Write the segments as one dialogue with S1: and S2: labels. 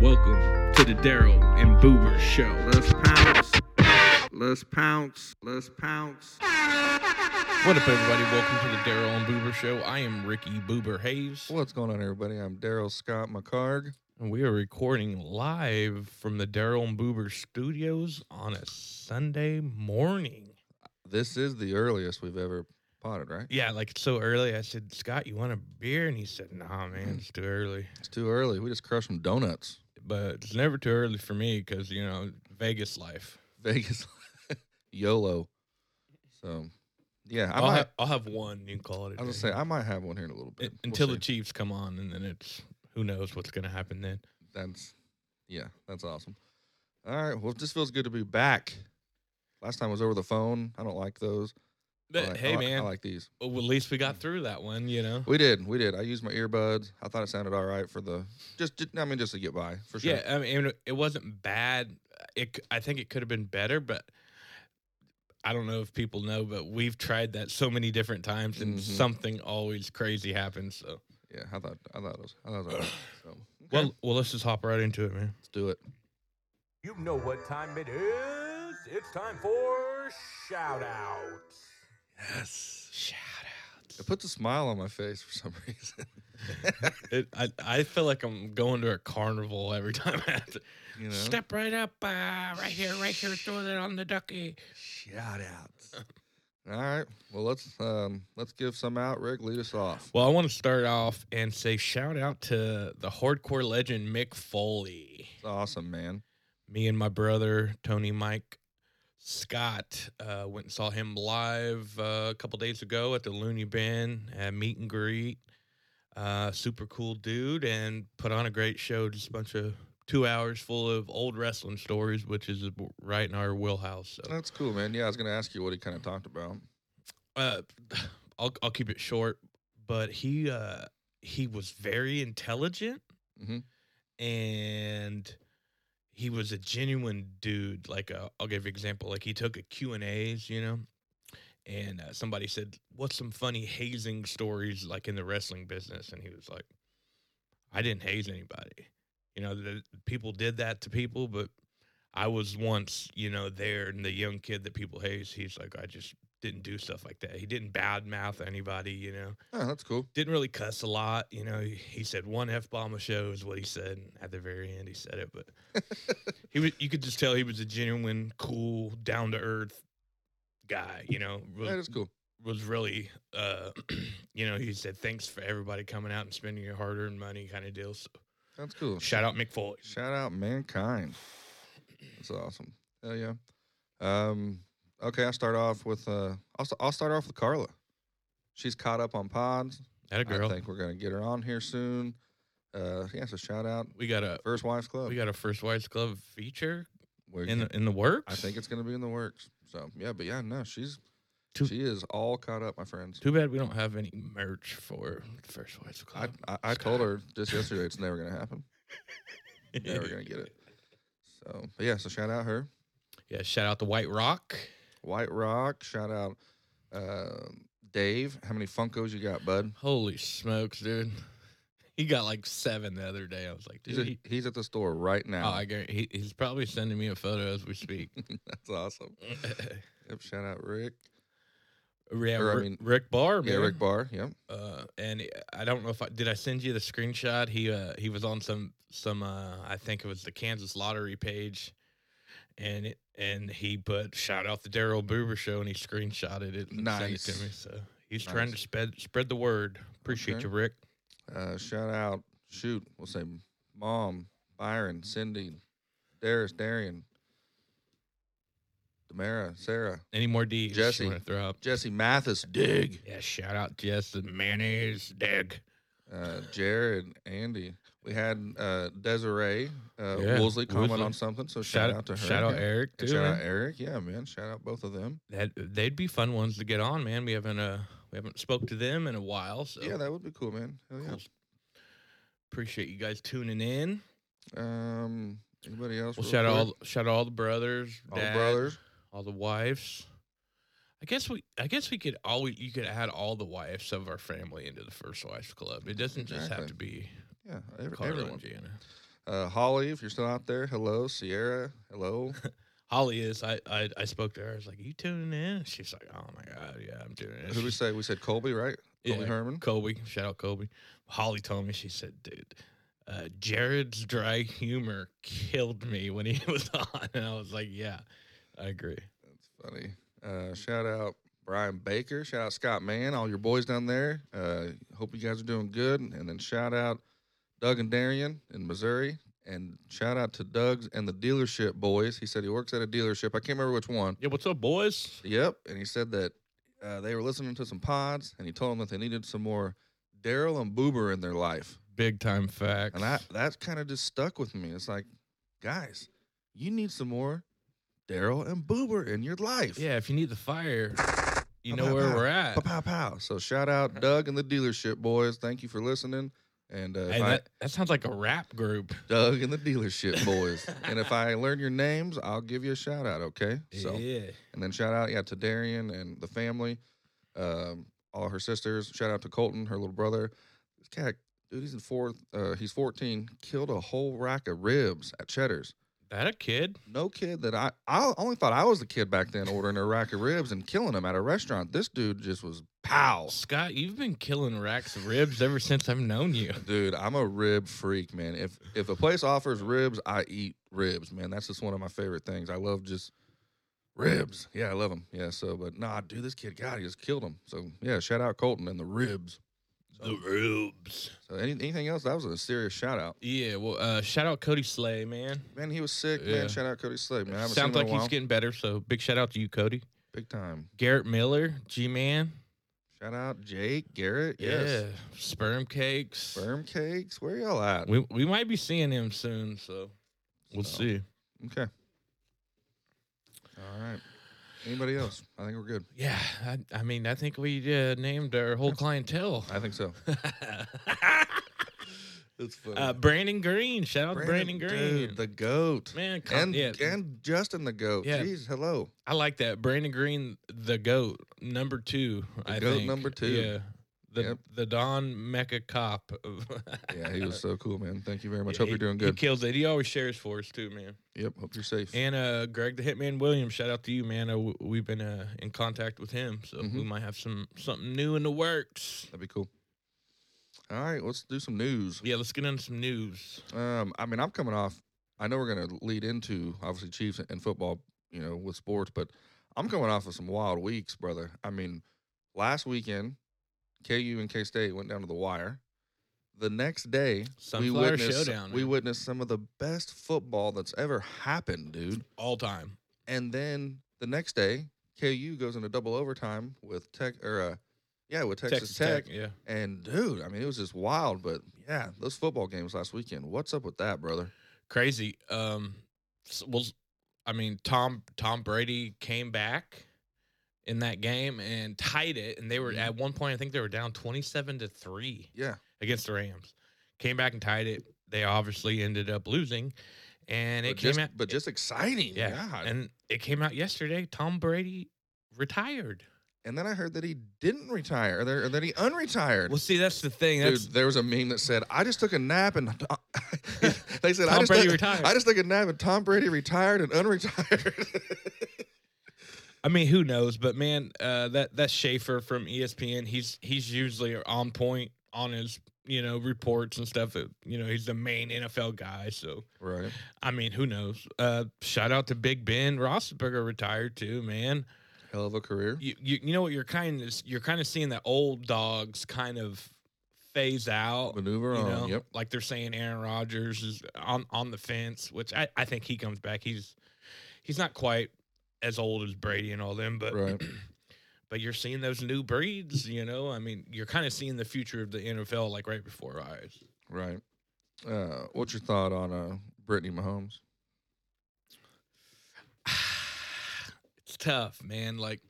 S1: Welcome to the Daryl and Boober Show. Let's pounce. Let's pounce. Let's pounce.
S2: What up, everybody? Welcome to the Daryl and Boober Show. I am Ricky Boober Hayes,
S3: What's going on, everybody? I'm Daryl Scott McCarg.
S2: and we are recording live from the Daryl and Boober Studios on a Sunday morning.
S3: This is the earliest we've ever potted, right?
S2: Yeah, like it's so early. I said, Scott, you want a beer? And he said, Nah, man, it's too early.
S3: It's too early. We just crushed some donuts.
S2: But it's never too early for me because, you know, Vegas life.
S3: Vegas, YOLO. So, yeah, I
S2: I'll,
S3: might.
S2: ha- I'll have one. You can call it. a
S3: I was
S2: day.
S3: gonna say I might have one here in a little
S2: Un-
S3: bit We'll
S2: until
S3: see.
S2: the Chiefs come on, and then it's who knows what's going to happen then.
S3: That's yeah, that's awesome. All right, well, this feels good to be back. Last time was over the phone. I don't like those. I
S2: But
S3: like- I
S2: hey,
S3: like-
S2: man,
S3: I like these.
S2: well, at least we got through that one, you know.
S3: We did, we did. I used my earbuds. I thought it sounded all right for the just. just I mean, just to get by for sure.
S2: Yeah, I mean, it- it wasn't bad. It, c- I think it could have been better, but I don't know if people know, but we've tried that so many different times, and
S3: Mhm.
S2: something always crazy happens. So,
S3: Yeah, I thought I thought it was I thought it was all right. So, okay,
S2: well, well, let's just hop right into it, man.
S3: let's do it.
S4: You know what time it is. It's time for shout out.
S2: Yes. Shout outs.
S3: It puts a smile on my face for some reason.
S2: It, I, I feel like I'm going to a carnival every time I have to
S3: you know,
S2: step right up, uh, right here, right here, throw that on the ducky.
S3: shout outs. All right, well let's um let's give some out. Rick, lead us off.
S2: Well, I want to start off and say shout out to the hardcore legend Mick Foley.
S3: It's awesome, man.
S2: me and my brother Tony Mike Scott uh, went and saw him live uh, a couple days ago at the Looney Bin at meet and greet. Uh, super cool dude, and put on a great show. Just a bunch of two hours full of old wrestling stories, which is w- right in our wheelhouse. So,
S3: That's cool, man. Yeah, I was gonna ask you what he kind of talked about.
S2: uh, I'll I'll keep it short, but he uh, he was very intelligent,
S3: Mhm.
S2: and he was a genuine dude. Like i I'll give you an example. Like he took a Q and A's, you know, and uh, somebody said, "What's some funny hazing stories like in the wrestling business?" And he was like, "I didn't haze anybody. You know, the, people did that to people, but." I was once, you know, there and the young kid that people haze, he's like, I just didn't do stuff like that. He didn't badmouth anybody, you know.
S3: Oh, that's cool.
S2: Didn't really cuss a lot, you know. He, he said one f bomb a show is what he said. And at the very end, he said it, but he was. You could just tell he was a genuine, cool, down to earth guy. You know, was,
S3: That is cool.
S2: was really, uh, you know, he said thanks for everybody coming out and spending your hard earned money, kind of deal. So
S3: That's cool.
S2: shout out Mick Foley.
S3: Shout out mankind. That's awesome. Hell yeah. Um, okay, I'll start off with uh, I'll, st- I'll start off with Carla. She's caught up on pods.
S2: That a
S3: I
S2: girl.
S3: think we're gonna get her on here soon. Uh, yeah, so shout out
S2: We got a
S3: First Wives Club.
S2: we got a first wives club feature
S3: We're
S2: in
S3: gonna-
S2: the in the works.
S3: I think it's gonna be in the works. So yeah, but yeah, no, she's
S2: Two-
S3: she is all caught up, my friends.
S2: Too bad we don't have any merch for the first wives
S3: I,
S2: club.
S3: I, I
S2: Scott.
S3: told her just yesterday it's never gonna happen. Never gonna get it. So but yeah, so shout out her.
S2: Yeah, shout out to White Rock.
S3: White Rock, shout out uh, Dave. How many Funkos you got, bud?
S2: Holy smokes, dude. He got like seven the other day. I was like,
S3: He's,
S2: dude,
S3: at
S2: he,
S3: he's at the store right
S2: oh,
S3: now.
S2: I guarantee, he, he's probably sending me a photo as we speak.
S3: That's awesome. Yep, shout out Rick.
S2: yeah,
S3: Or, I
S2: Rick,
S3: mean-
S2: Rick Barr,
S3: Yeah,
S2: man.
S3: Rick Barr. Yep.
S2: Uh, and I don't know if I did. I send you the screenshot. He uh, he was on some some. Uh, I think it was the Kansas lottery page, and it, and he put shout out the Daryl Boober show, and he screenshotted it and sent it
S3: Nice.
S2: to me. So he's trying to
S3: Nice.
S2: spread spread the word. Appreciate
S3: Okay.
S2: you, Rick.
S3: Uh, shout out, shoot, we'll say mom, Byron, Cindy, Darius, Darian, Damara, Sarah,
S2: Any more D's
S3: Jesse.
S2: you want to throw up?
S3: Jesse Mathis, Dig,
S2: Yeah, shout out Jess and Mayonnaise Dig.
S3: uh, Jared, Andy. We had uh, Desiree uh,
S2: Yeah,
S3: Woolsey comment
S2: Woolsey.
S3: on something, so shout,
S2: Shout,
S3: out to her.
S2: Shout out
S3: yeah.
S2: Eric
S3: And
S2: too.
S3: shout out
S2: man.
S3: Eric. Yeah, man. Shout out both of them.
S2: That they'd be fun ones to get on, man. We haven't uh we haven't spoke to them in a while, so
S3: Yeah, that would be cool, man. Hell yeah.
S2: cool. Appreciate you guys tuning in.
S3: Um, anybody else?
S2: Well,
S3: real
S2: shout out all
S3: quick?
S2: the- shout out all the brothers,
S3: All the
S2: dad,
S3: brothers.
S2: all the wives. I guess we I guess we could always you could add all the wives of our family into the first wives club. It doesn't just have
S3: Exactly.
S2: to be
S3: Yeah, every,
S2: Carla
S3: everyone.
S2: and Gianna.
S3: Uh, Holly, if you're still out there, hello. Sierra, hello.
S2: Holly is. I, I I spoke to her. I was like, "You tuning in?" She's like, "Oh my god, yeah, I'm tuning in."
S3: Who we
S2: She's-
S3: say? We said Colby, right?
S2: yeah,
S3: Colby Herman.
S2: Kobe. Shout out Kobe. Holly told me. She said, "Dude, uh, Jared's dry humor killed me when he was on," and I was like, "Yeah, I agree."
S3: That's funny. Uh, shout out Brian Baker. Shout out Scott Mann. All your boys down there. Uh, hope you guys are doing good. And then shout out Doug and Darian in Missouri. And shout out to Doug's and the dealership boys. He said he works at a dealership. I can't remember which one.
S2: Yeah, what's up, boys?
S3: Yep. And he said that uh, they were listening to some pods, and he told them that they needed some more Daryl and Boober in their life.
S2: Big time facts.
S3: And I, that kind of just stuck with me. It's like, guys, you need some more Daryl and Boober in your life.
S2: yeah, if you need the fire, you
S3: Pow,
S2: know
S3: pow,
S2: where
S3: pow.
S2: we're at.
S3: Pow, pow, pow. So shout
S2: Uh-huh.
S3: out Doug and the dealership boys. Thank you for listening. And uh, if
S2: Hey,
S3: I-
S2: that, that sounds like a rap group.
S3: Doug and the dealership boys. and if I learn your names, I'll give you a shout out. Okay. So
S2: yeah.
S3: and then shout out yeah to Darian and the family, um, all her sisters. Shout out to Colton, her little brother. This cat, dude, he's in fourth. Uh, he's fourteen. Killed a whole rack of ribs at Cheddar's.
S2: That a kid?
S3: No kid that I I only thought I was the kid back then ordering a rack of ribs and killing them at a restaurant. This dude just was pow.
S2: Scott, you've been killing racks of ribs ever since I've known you.
S3: Dude, I'm a rib freak, man. If if a place offers ribs, I eat ribs, man. That's just one of my favorite things. I love just ribs. Yeah, I love them. Yeah, so but nah, dude, this kid, God, he just killed him. So yeah, shout out Colton and the ribs.
S2: The ribs.
S3: So any, anything else? That was a serious shout out.
S2: Yeah, well, uh, shout out Cody Slay, man.
S3: Man, he was sick,
S2: Yeah.
S3: man. Shout out Cody Slade, man. I haven't
S2: Sounds like
S3: seen him in a while.
S2: he's getting better, so big shout out to you, Cody.
S3: big time.
S2: Garrett Miller, G Man.
S3: Shout out Jake, Garrett, yes.
S2: Yeah. Sperm cakes.
S3: Firm cakes. Where y'all at?
S2: We we might be seeing him soon, so we'll
S3: So,
S2: see.
S3: Okay. All right. Anybody else? I think we're good.
S2: Yeah, I, I mean, I think we uh, named our whole clientele.
S3: I think so. That's funny.
S2: uh, Brandon Green, shout out to Brandon Green.
S3: dude, the goat,
S2: Man, come,
S3: and
S2: yeah,
S3: and Justin the goat.
S2: Yeah.
S3: Jeez, hello.
S2: I like that. Brandon Green, the goat number two.
S3: The
S2: I
S3: GOAT
S2: think.
S3: number two.
S2: Yeah. The
S3: Yep.
S2: the Don Mecca cop. of-
S3: Yeah, he was so cool, man. Thank you very much.
S2: Yeah,
S3: Hope
S2: he-
S3: you're doing
S2: He
S3: good.
S2: kills it. He always shares for us too, man.
S3: Yep. Hope you're safe.
S2: And uh, Greg the Hitman Williams, shout out to you, man. Uh, w- we've been uh, in contact with him, so we
S3: Mhm.
S2: might have some something new in the works.
S3: That'd be cool. All right, let's do some news.
S2: Yeah, let's get into some news.
S3: Um, I mean, I'm coming off. I know we're gonna lead into obviously Chiefs and football, you know, with sports, but I'm coming off of some wild weeks, brother. I mean, last weekend, KU and K State went down to the wire. The next day, we
S2: Sunflower
S3: witnessed
S2: Showdown.
S3: we
S2: man.
S3: witnessed some of the best football that's ever happened, dude.
S2: all time.
S3: And then the next day, KU goes into double overtime with Tech or uh, yeah, with Texas, Tech.
S2: Yeah.
S3: And dude, I mean, it was just wild. But yeah, those football games last weekend. What's up with that, brother?
S2: crazy. Um, s- well, s- I mean, Tom Tom Brady came back in that game and tied it, and they were
S3: Mhm.
S2: at one point. I think they were down twenty-seven to three
S3: Yeah,
S2: against the Rams. Came back and tied it. They obviously ended up losing, and it
S3: but
S2: came
S3: just,
S2: out.
S3: but just exciting.
S2: yeah,
S3: God. And,
S2: and it came out yesterday. Tom Brady retired.
S3: then I heard that he didn't retire, or, that- or that he unretired.
S2: Well, see, that's the thing.
S3: Dude,
S2: That's
S3: there was a meme that said, "I just took a nap and they said I
S2: Tom
S3: just
S2: Brady
S3: took,
S2: retired.
S3: I just took a nap and Tom Brady retired and unretired."
S2: I mean, who knows? But man, uh, that that Schaefer from E ESPN, he's he's usually on point on his you know reports and stuff. Uh, You know, he's the main NFL guy. So
S3: right.
S2: I mean, who knows? Uh, shout out to Big Ben Roethlisberger retired too, man.
S3: Hell of a career.
S2: You you, you know what? You're kind of you're kind of seeing that old dogs kind of phase out.
S3: Maneuver
S2: You
S3: on.
S2: know,
S3: Yep.
S2: like they're saying Aaron Rodgers is on on the fence, which I, I think he comes back. He's he's not quite as old as Brady and all them, but
S3: Right.
S2: but you're seeing those new breeds, you know. I mean, you're kind of seeing the future of the NFL like right before our eyes.
S3: Right. Uh, what's your thought on uh, Brittany Mahomes?
S2: it's tough, man. Like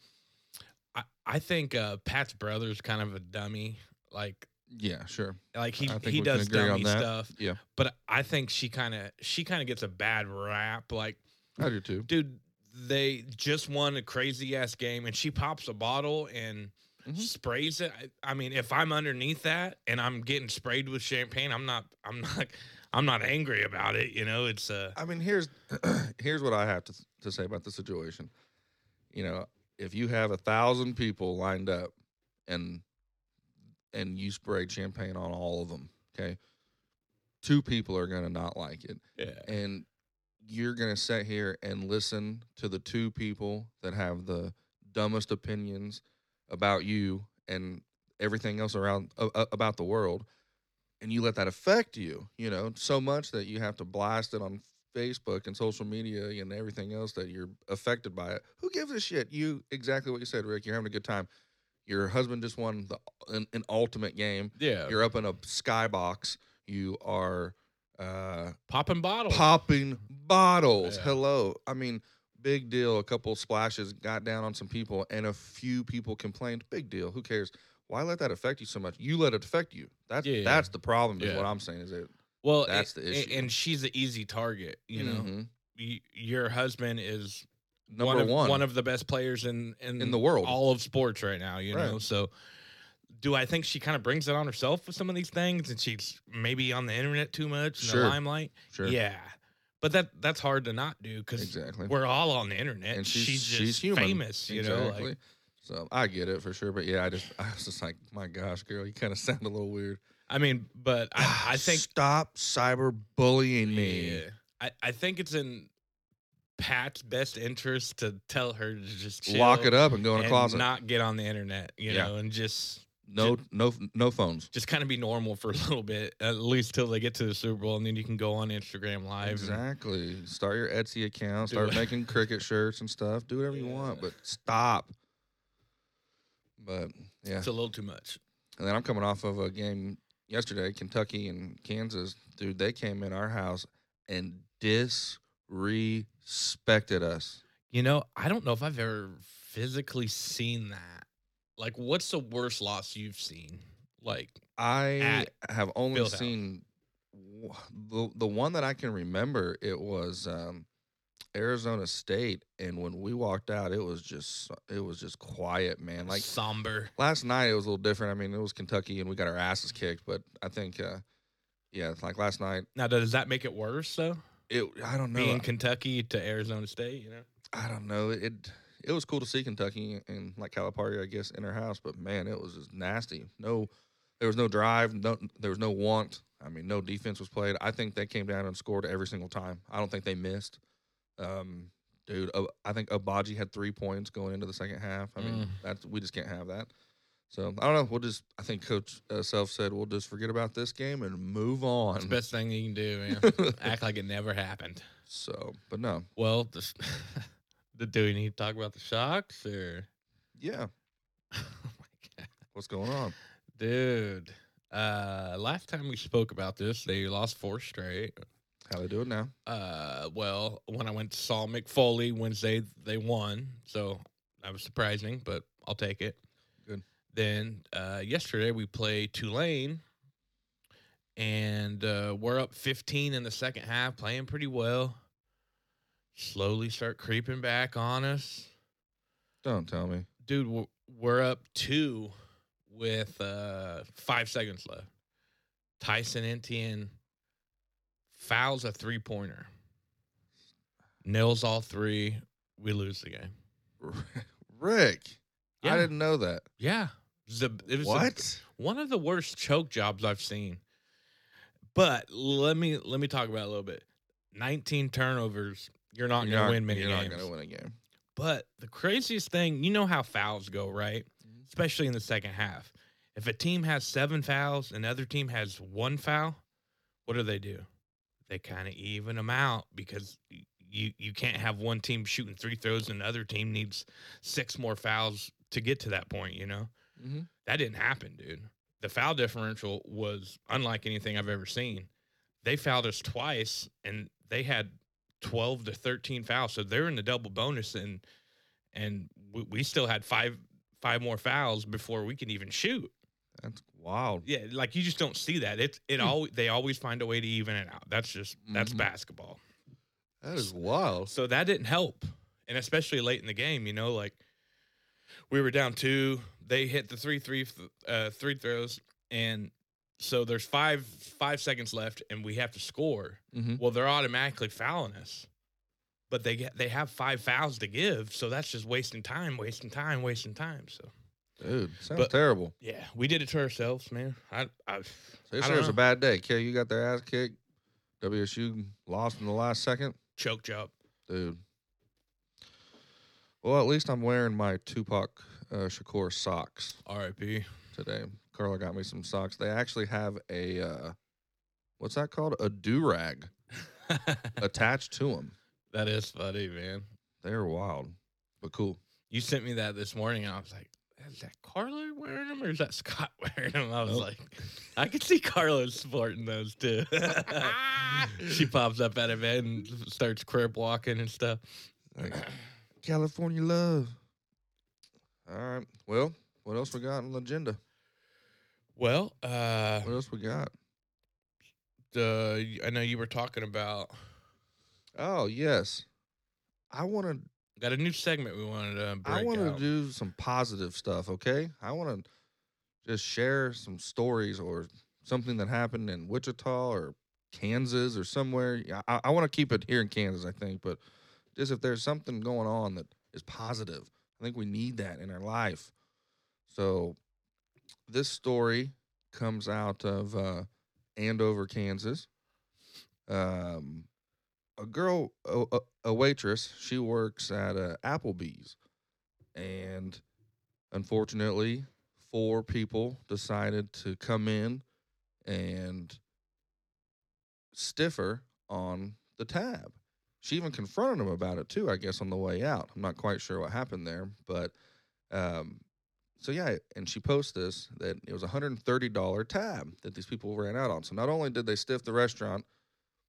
S2: I I think uh Pat's brother's kind of a dummy. Like
S3: Yeah, sure.
S2: like he
S3: I think
S2: he
S3: we can
S2: does
S3: agree on
S2: dummy
S3: that.
S2: stuff.
S3: Yeah.
S2: But I think she kind of she kind of gets a bad rap like
S3: I do too.
S2: dude, they just won a crazy ass game, and she pops a bottle and
S3: Mhm.
S2: sprays it. I, I mean, if I'm underneath that and I'm getting sprayed with champagne, I'm not, I'm not, I'm not angry about it. You know, it's uh,
S3: I mean, here's here's what I have to to say about the situation. You know, if you have a thousand people lined up, and and you sprayed champagne on all of them, okay, two people are gonna not like it,
S2: yeah,
S3: and you're gonna sit here and listen to the two people that have the dumbest opinions about you and everything else around a- a- about the world and you let that affect you you know so much that you have to blast it on facebook and social media and everything else that you're affected by it who gives a shit you exactly what you said rick you're having a good time your husband just won the an, an ultimate game
S2: yeah.
S3: you're up in a skybox you are uh
S2: popping bottles.
S3: popping bottles.
S2: Yeah.
S3: Hello. I mean, big deal. A couple splashes got down on some people, and a few people complained. Big deal. Who cares? Why let that affect you so much? You let it affect you. That's
S2: Yeah.
S3: that's the problem. Is
S2: Yeah.
S3: what I'm saying. Is it?
S2: well,
S3: that's
S2: a-
S3: the
S2: a-
S3: issue.
S2: And she's an easy target. You know,
S3: Mhm.
S2: Y- your husband is
S3: number
S2: Mm-hmm. one of
S3: one,
S2: one of the best players in in,
S3: in the world.
S2: all of sports right now. You
S3: Right.
S2: know, so. Do I think she kind of brings it on herself with some of these things, and she's maybe on the internet too much, in
S3: Sure.
S2: the limelight?
S3: sure.
S2: Yeah, but that that's hard to not do because
S3: Exactly.
S2: we're all on the internet.
S3: and she's
S2: just
S3: she's human.
S2: famous, you know. Like,
S3: so I get it for sure, but yeah, I just I was just like, my gosh, girl, you kind of sound a little weird.
S2: I mean, but I, I think
S3: stop cyberbullying me.
S2: Yeah. I, I think it's in Pat's best interest to tell her to just chill
S3: Lock it up and go in
S2: and
S3: a closet.
S2: not get on the internet, you
S3: Yeah.
S2: know, and just
S3: no, no, no phones.
S2: just kind of be normal for a little bit, at least till they get to the Super Bowl, and then you can go on Instagram Live. and-
S3: Exactly. Start your Etsy account.
S2: Do
S3: Start
S2: it.
S3: making cricket shirts and stuff. Do whatever you want,
S2: Yeah.
S3: but stop. But yeah,
S2: It's a little too much.
S3: and then I'm coming off of a game yesterday, Kentucky and Kansas. Dude, they came in our house and disrespected us.
S2: You know, I don't know if I've ever physically seen that. Like, what's the worst loss you've seen? Like,
S3: I have only
S2: Field House.
S3: seen w- the the one that I can remember. It was um, Arizona State, and when we walked out, it was just it was just quiet, man. Like
S2: somber.
S3: last night it was a little different. I mean, it was Kentucky and we got our asses kicked, but I think uh yeah, it's like last night
S2: Now, does that make it worse though?
S3: it I don't know.
S2: Being Kentucky to Arizona State, you know.
S3: I don't know. It it was cool to see Kentucky and like Calipari, I guess, in her house, but man, it was just nasty. No there was no drive, no there was no want. I mean, no defense was played. I think they came down and scored every single time. I don't think they missed. Um dude, uh, I think Abaji had 3 points going into the second half. I mean,
S2: Mm.
S3: that's we just can't have that. So, I don't know, we'll just I think coach uh, Self said we'll just forget about this game and move on.
S2: It's the best thing you can do, man. Act like it never happened.
S3: So, but no.
S2: Well, the, the, do we need to talk about the shocks or?
S3: Yeah.
S2: Oh my god,
S3: What's going on?
S2: dude! Uh, last time we spoke about this, they lost four straight.
S3: How they do it now?
S2: Uh, well, when I went to saw McFoley Wednesday, they won, so that was surprising, but I'll take it.
S3: Good.
S2: Then uh, yesterday we play Tulane, and uh, we're up 15 in the second half, playing pretty well. Slowly start creeping back on us,
S3: Don't tell me.
S2: dude. We're, we're up two with uh, five seconds left. Tyson Entian fouls a three pointer, nails all three. We lose the game.
S3: Rick,
S2: Yeah.
S3: I didn't know that.
S2: Yeah. It was the- it was the-
S3: What?
S2: one of the worst choke jobs I've seen. But let me let me talk about it a little bit. 19 turnovers. You're not going to win many
S3: You're
S2: games.
S3: not gonna win a game.
S2: But the craziest thing, you know how fouls go, right?
S3: Mhm.
S2: Especially in the second half. If a team has seven fouls and the other team has one foul, what do they do? They kind of even them out because y- you you can't have one team shooting three throws and the other team needs six more fouls to get to that point, you know?
S3: Mhm.
S2: That didn't happen, dude. The foul differential was unlike anything I've ever seen. They fouled us twice and they had 12 to 13 fouls. So they're in the double bonus and and we, we still had five five more fouls before we could even shoot.
S3: That's wild.
S2: Yeah, like you just don't see that. It it
S3: Hmm.
S2: all they always find a way to even it out. That's just that's
S3: Mhm.
S2: basketball.
S3: That is wild.
S2: So that didn't help. And especially late in the game, you know, like we were down two. They hit the three three th- uh, three throws, and So there's five five seconds left, and we have to score.
S3: Mm-hmm.
S2: Well, they're automatically fouling us, but they get they have five fouls to give, so that's just wasting time, wasting time, wasting time. So
S3: Dude, sounds
S2: But-
S3: terrible.
S2: yeah, we did it to ourselves, man. I I,
S3: So
S2: I
S3: it
S2: don't
S3: was
S2: know.
S3: a bad day. KU got their ass kicked. WSU lost in the last second.
S2: choke job.
S3: Dude. Well, at least I'm wearing my Tupac uh, Shakur socks
S2: R.I.P.
S3: today. Carla got me some socks. They actually have a, uh, what's that called? A do rag attached to them.
S2: that is funny, man.
S3: They're wild, but cool.
S2: You sent me that this morning, and I was like, "Is that Carlo wearing them, or is that Scott wearing them?" I was
S3: Nope.
S2: like, "I could see Carlo sporting those too." she pops up out of bed and starts crib walking and stuff.
S3: Like, California love. All right. Well, what else we got on the agenda?
S2: Well, uh,
S3: What else we got?
S2: uh, I know you were talking about
S3: Oh, yes. I want to
S2: got a new segment we wanted to break
S3: I want
S2: out.
S3: to do some positive stuff, okay? I want to just share some stories or something that happened in Wichita or Kansas or somewhere. Yeah, I, I want to keep it here in Kansas, I think, but just if there's something going on that is positive, I think we need that in our life. So this story comes out of uh, Andover, Kansas. Um, a girl, a, a- a waitress, she works at uh, Applebee's and unfortunately, four people decided to come in and stiffer on the tab. She even confronted him about it too, I guess, on the way out. I'm not quite sure what happened there, but um, so yeah, and she posts this that it was a hundred and thirty dollar tab that these people ran out on. So not only did they stiff the restaurant,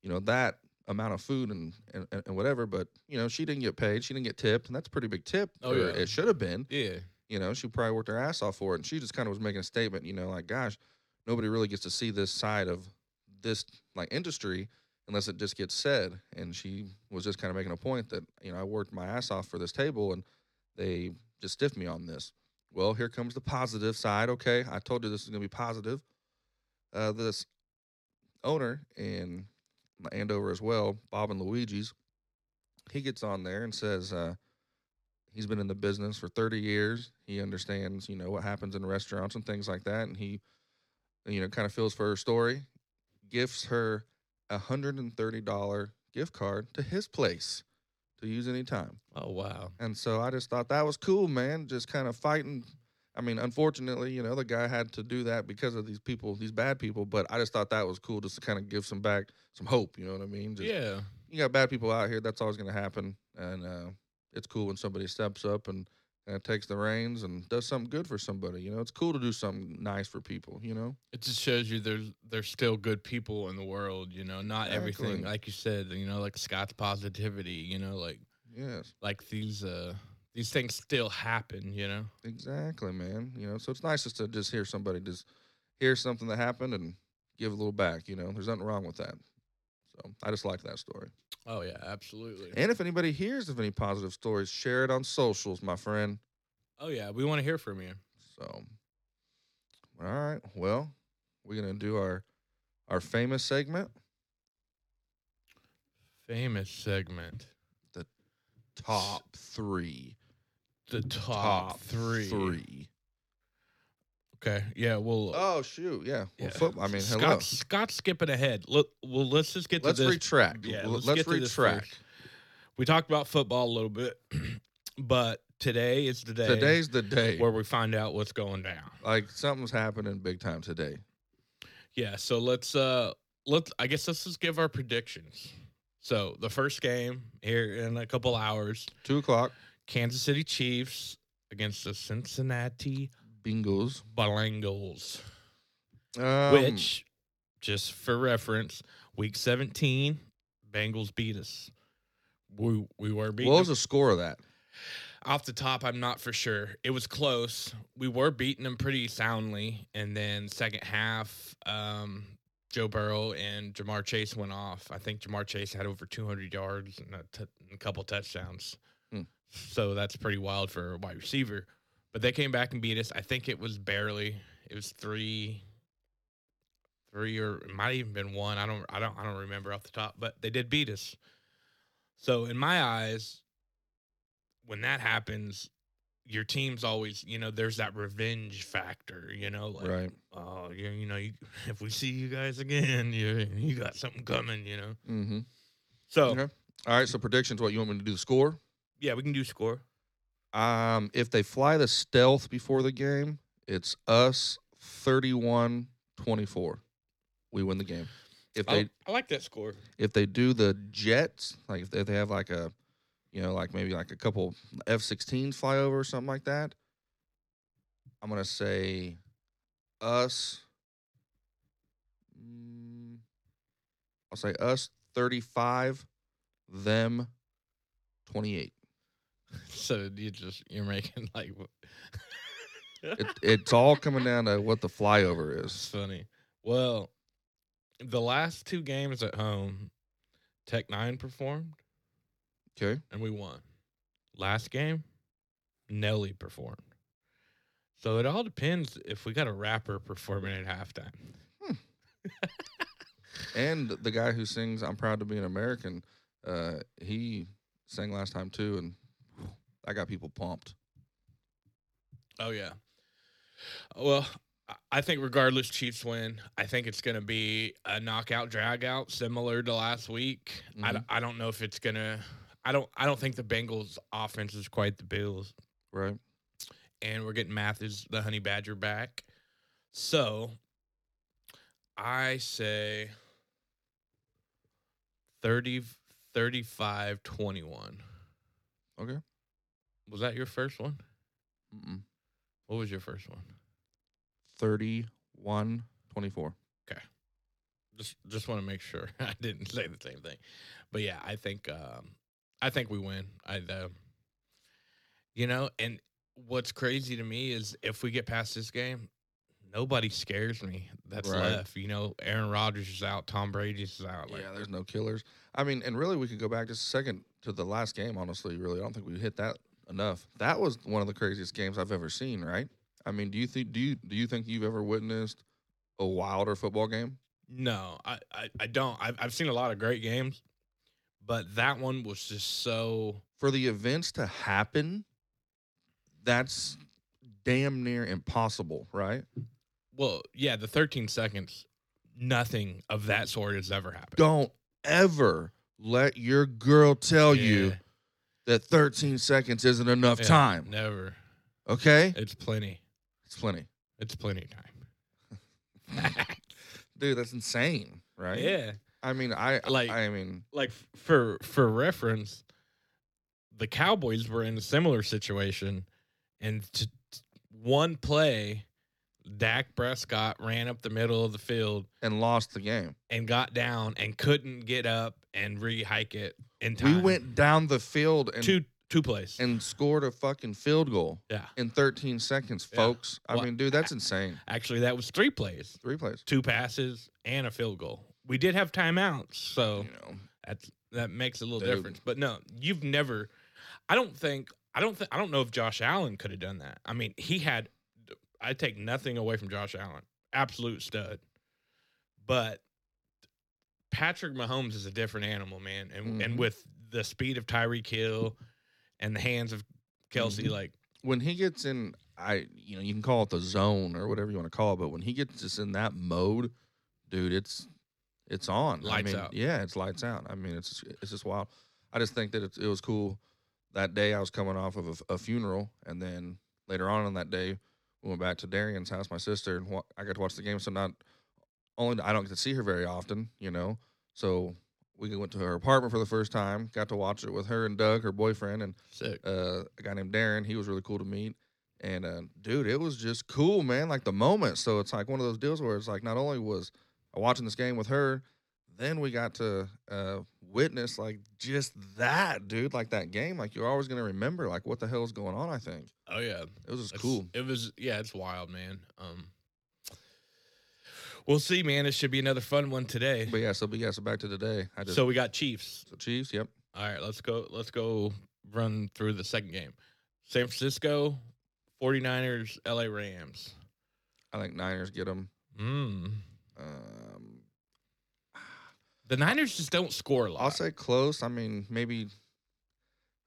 S3: you know that amount of food and, and and whatever, but you know she didn't get paid, she didn't get tipped, and that's a pretty big tip.
S2: Oh,
S3: or
S2: yeah.
S3: it should have been
S2: yeah,
S3: you know, she probably worked her ass off for it. And she just kind of was making a statement, you know, like, gosh, nobody really gets to see this side of this like industry unless it just gets said. And she was just kind of making a point that, you know, I worked my ass off for this table and they just stiffed me on this. Well, here comes the positive side. Okay. I told you this is going to be positive. Uh, this owner in Andover as well, Bob and Luigi's, he gets on there and says, uh, he's been in the business for 30 years. He understands, you know, what happens in restaurants and things like that. And he, you know, kind of feels for her story, gifts her a $130 gift card to his place to use anytime.
S2: oh wow,
S3: And so I just thought that was cool, man. Just kind of fighting. I mean, unfortunately, you know, the guy had to do that because of these people, these bad people. But I just thought that was cool just to kind of give some back, some hope. You know what I mean? Just,
S2: yeah,
S3: you got bad people out here. That's always going to happen, and uh, it's cool when somebody steps up and uh, takes the reins and does something good for somebody. You know, it's cool to do something nice for people. You know,
S2: it just shows you there's there's still good people in the world. You know, not everything
S3: Exactly.
S2: like you said. You know, like Scott's positivity. You know, like
S3: yes,
S2: like these uh these things still happen. You know,
S3: exactly, man. You know, so it's nice just to just hear somebody just hear something that happened and give a little back. You know, there's nothing wrong with that. So I just like that story.
S2: Oh yeah, absolutely.
S3: And if anybody hears of any positive stories, share it on socials, my friend.
S2: oh yeah, we want to hear from you.
S3: So, all right. Well, we're gonna do our our famous segment.
S2: Famous segment.
S3: top three.
S2: The top, three.
S3: Three.
S2: Okay. Yeah. Well.
S3: Oh shoot! Yeah.
S2: yeah.
S3: Well, football. I mean,
S2: Scott,
S3: hello.
S2: Scott skipping ahead. Look. Well, let's just get
S3: Let's
S2: to this.
S3: retract.
S2: Yeah,
S3: L-
S2: let's
S3: let's
S2: get to this
S3: retract.
S2: we talked about football a little bit, but today is the day
S3: Today's the day.
S2: where we find out what's going down.
S3: like something's happening big time today.
S2: Yeah. So let's uh let I guess let's just give our predictions. So the first game here in a couple hours,
S3: Two o'clock.
S2: Kansas City Chiefs against the Cincinnati
S3: Bengals.
S2: Bengals.
S3: Um,
S2: which just for reference week 17 bengals beat us we, we were beaten
S3: What was the score of that?
S2: off the top i'm not for sure it was close we were beating them pretty soundly and then second half um, joe burrow and jamar chase went off i think jamar chase had over 200 yards and a, t- and a couple touchdowns
S3: Hmm.
S2: so that's pretty wild for a wide receiver but they came back and beat us i think it was barely it was three three or it might have even been one. I don't I don't I don't remember off the top, but they did beat us. So in my eyes, when that happens, your team's always, you know, there's that revenge factor, you know, like
S3: right.
S2: oh, you, you know, you, if we see you guys again, you you got something coming, you know.
S3: Mm-hmm.
S2: So,
S3: Okay. All right. So predictions. What you want me to do? The score.
S2: yeah, we can do score.
S3: Um, if they fly the stealth before the game, it's us 31-24. We win the game. If they
S2: I, I like that score.
S3: if they do the jets, like if they, if they have like a, you know, like maybe like a couple F-16s fly over or something like that, I'm gonna say us. mm, I'll say us 35, them 28.
S2: So you just you're making like
S3: It, it's all coming down to what the flyover
S2: It's
S3: is.
S2: funny. Well, the last two games at home, Tech Nine performed
S3: Okay.
S2: and we won. Last game, Nelly performed. So it all depends if we got a rapper performing at halftime.
S3: And the guy who sings "I'm Proud to Be an American," uh, he sang last time too, and I got people pumped.
S2: Oh yeah. Well, I- I think regardless, Chiefs win. I think it's going to be a knockout drag out similar to last week. I d- I don't know if it's going to. I don't. I don't think the Bengals' offense is quite the Bills.
S3: Right.
S2: and we're getting Mathis the Honey Badger back. So I say 30 35 21.
S3: Okay.
S2: Was that your first one?
S3: Mm-mm.
S2: What was your first one?
S3: 31 24.
S2: Just just want to make sure I didn't say the same thing. But yeah, I think um I think we win. I uh, you know, and what's crazy to me is if we get past this game, nobody scares me. That's
S3: Right.
S2: left. You know, Aaron Rodgers is out, Tom Brady's out. Like,
S3: yeah, there's no killers. I mean, and really, we could go back just a second to the last game, honestly. Really, I don't think we hit that enough. That was one of the craziest games I've ever seen, right? I mean, do you think do you do you think you've ever witnessed a wilder football game?
S2: No, I, I, I don't. I've, I've seen a lot of great games, but that one was just so.
S3: For the events to happen, that's damn near impossible, right?
S2: Well, yeah, the 13 seconds, nothing of that sort has ever happened.
S3: Don't ever let your girl tell you
S2: Yeah,
S3: that 13 seconds isn't enough
S2: yeah,
S3: time.
S2: Never.
S3: Okay?
S2: It's plenty.
S3: It's plenty.
S2: It's plenty of time.
S3: Dude, that's insane, right?
S2: Yeah.
S3: I mean, I
S2: Like-
S3: like. I mean,
S2: Like f- for for reference, the Cowboys were in a similar situation, and t- t- one play, Dak Prescott ran up the middle of the field.
S3: and lost the game.
S2: and got down and couldn't get up and re-hike it in time.
S3: We went down the field and
S2: two two plays.
S3: and scored a fucking field goal
S2: yeah,
S3: in 13 seconds,
S2: Yeah.
S3: folks. I
S2: Well,
S3: mean, dude, that's insane.
S2: actually, that was three plays,
S3: Three plays.
S2: two passes, and a field goal. We did have timeouts,
S3: You
S2: so
S3: know,
S2: that's that makes a little
S3: Dude.
S2: difference. But no, you've never. I don't think. I don't think. I don't know if Josh Allen could have done that. I mean, he had. I take nothing away from Josh Allen, absolute stud, but Patrick Mahomes is a different animal, man. And and
S3: Mhm.
S2: with the speed of Tyreek Hill and the hands of Kelsey,
S3: Mhm.
S2: like
S3: when he gets in, I you know you can call it the zone or whatever you want to call it, but when he gets just in that mode, dude, it's it's on. I
S2: Lights
S3: mean,
S2: out.
S3: Yeah, it's lights out. I mean, it's it's just wild. I just think that it, it was cool. That day I was coming off of a f- a, funeral, and then later on on that day we went back to Darian's house, my sister, and wa- I got to watch the game. So not only I don't get to see her very often, you know. So we went to her apartment for the first time, got to watch it with her and Doug, her boyfriend, and
S2: sick.
S3: uh, a guy named Darren. He was really cool to meet. And uh, dude, it was just cool, man. Like the moment. So it's like one of those deals where it's like not only was I watching this game with her, then we got to uh, witness like just that, dude. Like that game. Like you're always gonna remember like what the hell is going on. I think
S2: Oh yeah,
S3: it was just cool.
S2: It was yeah, it's wild, man. Um, we'll see, man. It should be another fun one today.
S3: But yeah, so but yeah, so back to today. I just
S2: So we got Chiefs.
S3: so Chiefs. Yep.
S2: All right, let's go. Let's go run through the second game. San Francisco, 49ers, LA Rams.
S3: I think Niners get them.
S2: Mm.
S3: Uh,
S2: The Niners just don't score a lot.
S3: I'll say close. I mean, maybe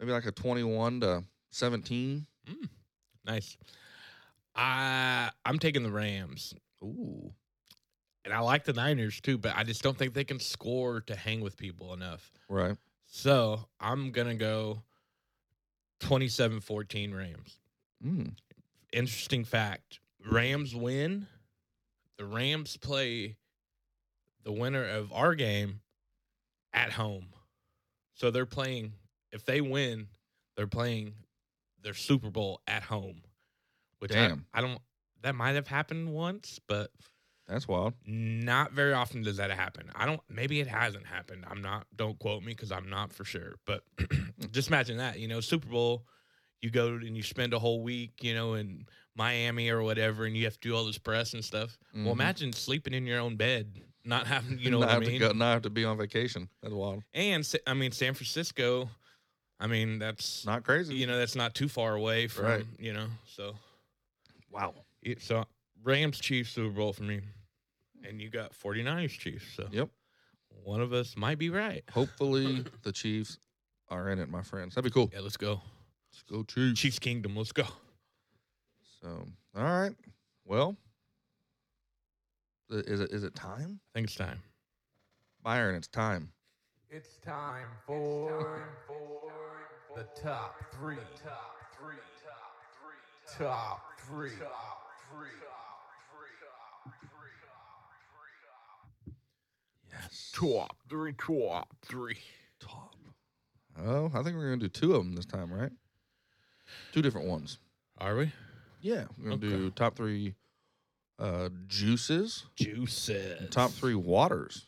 S3: maybe like a 21 to 17.
S2: Hmm. nice. I I'm taking the Rams,
S3: Ooh.
S2: and I like the Niners too, but I just don't think they can score to hang with people enough.
S3: Right.
S2: So I'm gonna go 27-14 Rams.
S3: Mm.
S2: Interesting fact: Rams win. The Rams play the winner of our game at home, so they're playing. If they win, they're playing their Super Bowl at home. Which I-
S3: Damn.
S2: I don't. That might have happened once, but
S3: That's wild.
S2: not very often does that happen. I don't. Maybe it hasn't happened. I'm not. Don't quote me because I'm not for sure. But just imagine that. You know, Super Bowl, you go and you spend a whole week, you know, in Miami or whatever, and you have to do all this press and stuff.
S3: Mhm.
S2: Well, imagine sleeping in your own bed, not having, you know,
S3: not
S2: what I
S3: have
S2: mean.
S3: To go, not have to be on vacation. That's wild.
S2: And Sa- I mean, San Francisco. I mean, that's
S3: Not crazy.
S2: you know, that's not too far away from
S3: Right.
S2: you know. So
S3: wow.
S2: it- so Rams Chiefs Super Bowl for me, and you got 49ers Chiefs. So
S3: Yep.
S2: one of us might be right.
S3: Hopefully the Chiefs are in it, my friends. That'd be cool.
S2: Yeah, let's go.
S3: Let's go Chiefs.
S2: Chiefs Kingdom, let's go.
S3: So, all right. Well, i- is it is it time?
S2: I think it's time.
S3: Byron, it's time.
S4: It's time for the top three. Top three. Top three. Top three. Top three.
S3: Yes.
S4: Top three. Top three.
S3: Top. Oh, I think we're gonna do two of them this time, right? Two different ones.
S2: Are we?
S3: Yeah, we're gonna
S2: Okay.
S3: do top three uh, juices,
S2: Juices.
S3: top three waters,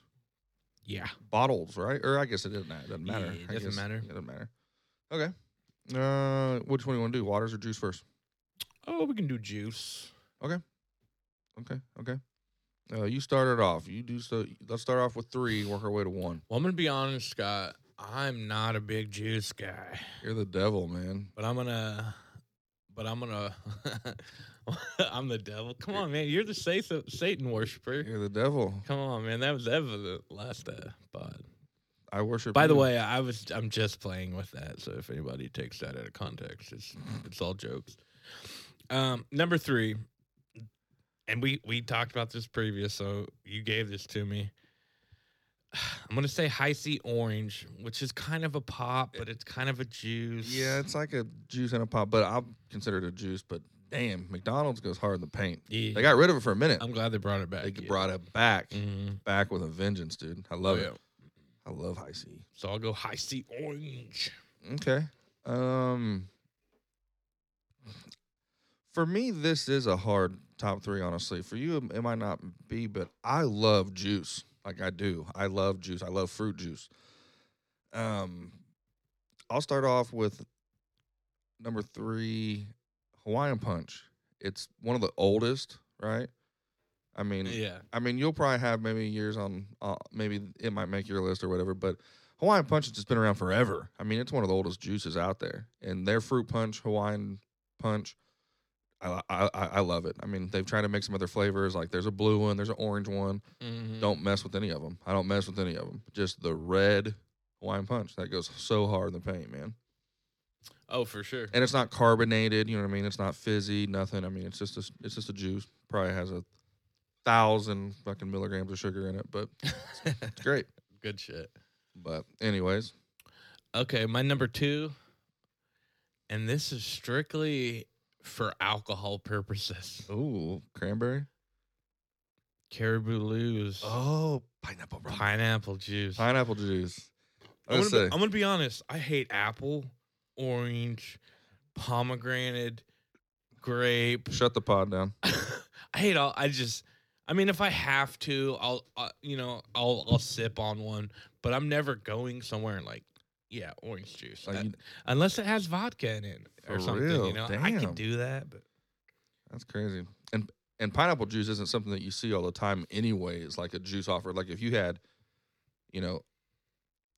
S2: Yeah.
S3: bottles, right? Or I guess it doesn't, it doesn't
S2: Yeah,
S3: matter.
S2: it
S3: I
S2: doesn't
S3: guess-
S2: matter.
S3: It doesn't matter. Okay. Uh, which one do you want to do? Waters or juice first?
S2: Oh, we can do juice.
S3: Okay. Okay. Uh, you started off. You do so. Let's start off with three. Work our way to one.
S2: Well, I'm gonna be honest, Scott. I'm not a big juice guy,
S3: You're the devil, man.
S2: but I'm gonna. But I'm gonna. I'm the devil. Come on, man. You're the Satan Satan worshiper.
S3: You're the devil.
S2: Come on, man. That was evident last uh, pod.
S3: I worship.
S2: By the
S3: you.
S2: way, I was I'm just playing with that. So if anybody takes that out of context, it's it's all jokes. Um, number three, and we we talked about this previous, so you gave this to me. I'm gonna say high C orange, which is kind of a pop, but it's kind of a juice.
S3: Yeah, it's like a juice and a pop, but I'll consider it a juice. But damn, McDonald's goes hard in the paint.
S2: yeah.
S3: They got rid of it for a minute.
S2: I'm glad they brought it back.
S3: they
S2: yeah.
S3: brought it back,
S2: Mhm.
S3: back with a vengeance, dude. I love
S2: Oh,
S3: it.
S2: yeah.
S3: I love high C.
S2: So I'll go high C orange.
S3: Okay. Um For me this is a hard top 3 honestly. For you it might not be, but I love juice. Like I do. I love juice. I love fruit juice. Um I'll start off with number 3 Hawaiian punch. It's one of the oldest, right? I mean,
S2: Yeah.
S3: I mean, you'll probably have maybe years on, uh, maybe it might make your list or whatever, but Hawaiian Punch has just been around forever. I mean, it's one of the oldest juices out there. And their fruit punch, Hawaiian Punch, I, I, I I love it. I mean, they've tried to make some other flavors. Like there's a blue one, there's an orange one.
S2: Mhm.
S3: Don't mess with any of them. I don't mess with any of them. Just the red Hawaiian Punch. That goes so hard in the paint, man.
S2: Oh, for sure.
S3: And it's not carbonated, you know what I mean? It's not fizzy, nothing. I mean, it's just a, it's just a juice. Probably has a thousand fucking milligrams of sugar in it, but it's great.
S2: Good shit.
S3: But anyways,
S2: Okay, my number two, and this is strictly for alcohol purposes.
S3: ooh, cranberry.
S2: Caribou Lou's
S3: Oh, pineapple
S2: pineapple juice.
S3: Pineapple juice. I
S2: I'm,
S3: was
S2: gonna be,
S3: say
S2: I'm gonna be honest. I hate apple, orange, pomegranate, grape.
S3: shut the pod down.
S2: I hate all. I just. I mean, if I have to, I'll. Uh, you know, I'll. I'll sip on one, but I'm never going somewhere and like. Yeah, orange juice.
S3: Like,
S2: Uh,
S3: you-
S2: unless it has vodka in it or
S3: For
S2: something,
S3: real?
S2: you know, I
S3: Damn.
S2: could do that. But
S3: that's crazy. And and pineapple juice isn't something that you see all the time anyway. It's like a juice offer. Like if you had, you know,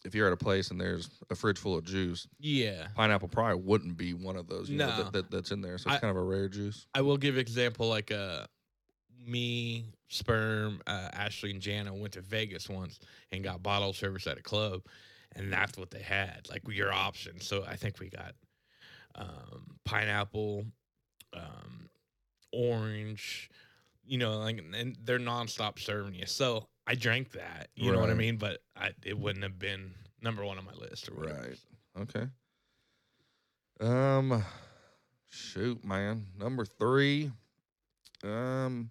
S3: if you're at a place and there's a fridge full of juice,
S2: yeah,
S3: pineapple probably wouldn't be one of those you know,
S2: No.
S3: that, that, that's in there. So it's
S2: I-
S3: kind of a rare juice.
S2: I will give example like a uh, me, Sperm, uh, Ashley, and Jana went to Vegas once and got bottle service at a club, and that's what they had, like your options. So I think we got um, pineapple, um, orange, you know, like and they're nonstop serving you. So I drank that, you know what I
S3: Right.
S2: mean? But I, it wouldn't have been number one on my list or whatever.
S3: Right. Okay. Um shoot, man. Number three. Um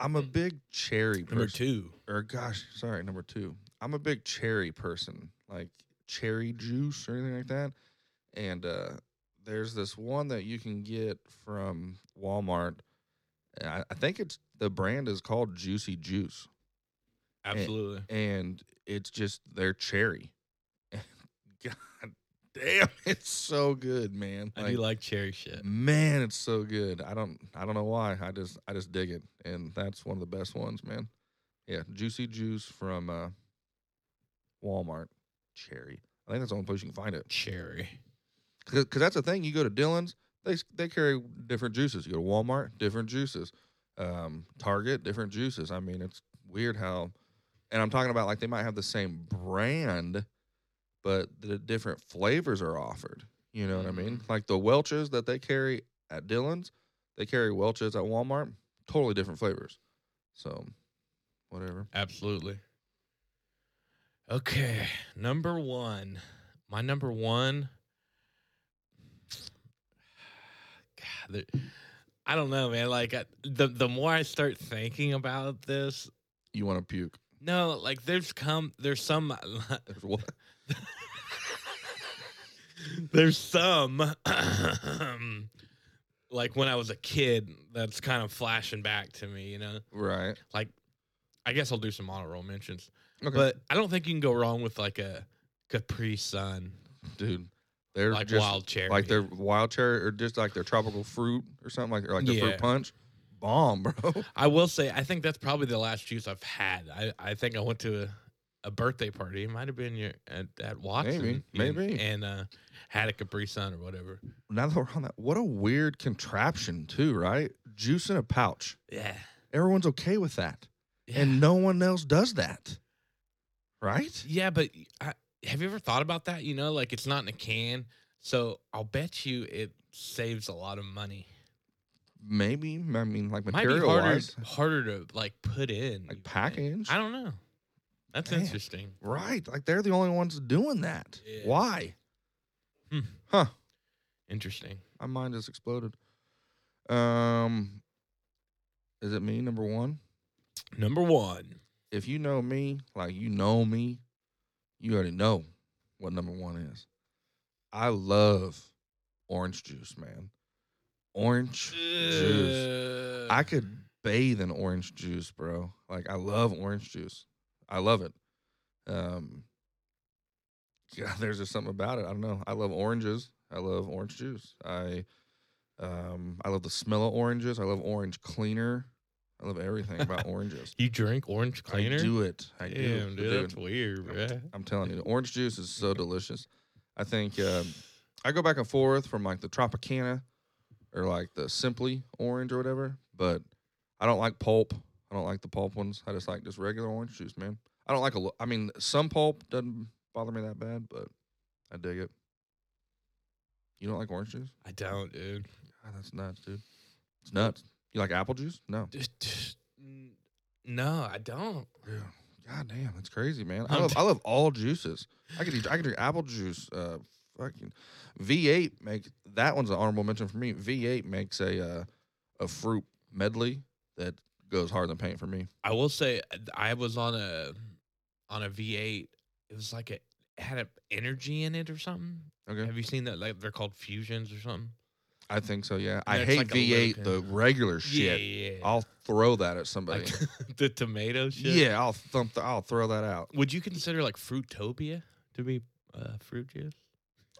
S3: I'm a
S2: Mm.
S3: big cherry person.
S2: Number two.
S3: Or gosh, sorry, number two. I'm a big cherry person. Like cherry juice or anything like that. And uh there's this one that you can get from Walmart. and I, I think it's the brand is called Juicy Juice
S2: Absolutely.
S3: and it's just their cherry. God damn, it's so good, man.
S2: I do like cherry shit.
S3: man, it's so good. I don't I don't know why. I just I just dig it. And that's one of the best ones, man. Yeah, juicy juice from uh Walmart. Cherry. I think that's the only place you can find it.
S2: Cherry.
S3: Cause, 'cause that's the thing. You go to Dillon's, they s- they carry different juices. You go to Walmart, different juices. Um, Target, different juices. I mean, it's weird how, and I'm talking about like they might have the same brand, but the different flavors are offered. You know what I mean? Like the Welch's that they carry at Dillon's, they carry Welch's at Walmart. Totally different flavors. So, whatever.
S2: Absolutely. Okay, number one. My number one. God, there- I don't know, man. Like I, the the more I start thinking about this,
S3: You want to puke?
S2: no, like there's come there's some
S3: There's what?
S2: there's some like when I was a kid that's kind of flashing back to me, you know.
S3: Right.
S2: Like I guess I'll do some honorable mentions.
S3: Okay.
S2: But I don't think you can go wrong with like a Capri Sun,
S3: dude, they're
S2: like
S3: just
S2: wild cherry.
S3: like their wild cherry or just like their tropical fruit or something like or like their
S2: Yeah.
S3: fruit punch. Bomb, bro.
S2: I will say, I think that's probably the last juice I've had. I, I think I went to a, a birthday party. It might have been your at, at Watson, and-
S3: maybe.
S2: and uh, had a Capri Sun or whatever.
S3: now that we're on that, what a weird contraption too, right? Juice in a pouch.
S2: Yeah,
S3: Everyone's okay with that,
S2: yeah,
S3: and no one else does that, right?
S2: yeah. But I, have you ever thought about that? You know, like it's not in a can, so I'll bet you it saves a lot of money.
S3: Maybe I mean like
S2: Might be
S3: material
S2: harder
S3: wise,
S2: harder to like put in,
S3: like
S2: you would think.
S3: package,
S2: I don't know. That's
S3: Man.
S2: interesting.
S3: right? Like they're the only ones doing that.
S2: Yeah.
S3: Why?
S2: Hmm.
S3: Huh?
S2: Interesting.
S3: My mind just exploded. Um, is it me number one?
S2: Number one.
S3: if you know me, like you know me, you already know what number one is. I love orange juice, man. Orange juice. I could bathe in orange juice, bro. Like I love orange juice. I love it. Um yeah, there's just something about it. I don't know. I love oranges. I love orange juice. I um I love the smell of oranges. I love orange cleaner. I love everything about oranges.
S2: You drink orange cleaner?
S3: I do it. I do.
S2: Damn,
S3: I
S2: dude,
S3: do
S2: that's
S3: it.
S2: weird, bruh.
S3: I'm telling you, the orange juice is so delicious. I think um, I go back and forth from like the Tropicana or like the Simply orange or whatever, but I don't like pulp. I don't like the pulp ones. I just like just regular orange juice, man. I don't like a. lo- I mean, some pulp doesn't bother me that bad, but I dig it. You don't like orange juice?
S2: I don't, dude.
S3: God, that's nuts, dude. It's nuts. You like apple juice? No.
S2: N- No, I don't.
S3: Yeah. God damn, that's crazy, man. I
S2: I'm
S3: love,
S2: t-
S3: I love all juices. I could eat, I could drink apple juice. Uh, fucking V8 make that one's an honorable mention for me. V8 makes a uh, a fruit medley that goes harder than paint for me.
S2: I will say uh, I was on a on a V8. It was like a it had a energy in it or something.
S3: Okay,
S2: Have you seen that? Like they're called fusions or something.
S3: I think so. Yeah, I
S2: That's
S3: hate
S2: like a
S3: V8 the
S2: lubricant.
S3: regular shit.
S2: Yeah, yeah.
S3: I'll throw that at somebody.
S2: like the tomato shit.
S3: Yeah, I'll thump. The, I'll throw that out.
S2: Would you consider like Fruitopia to be uh, fruit juice?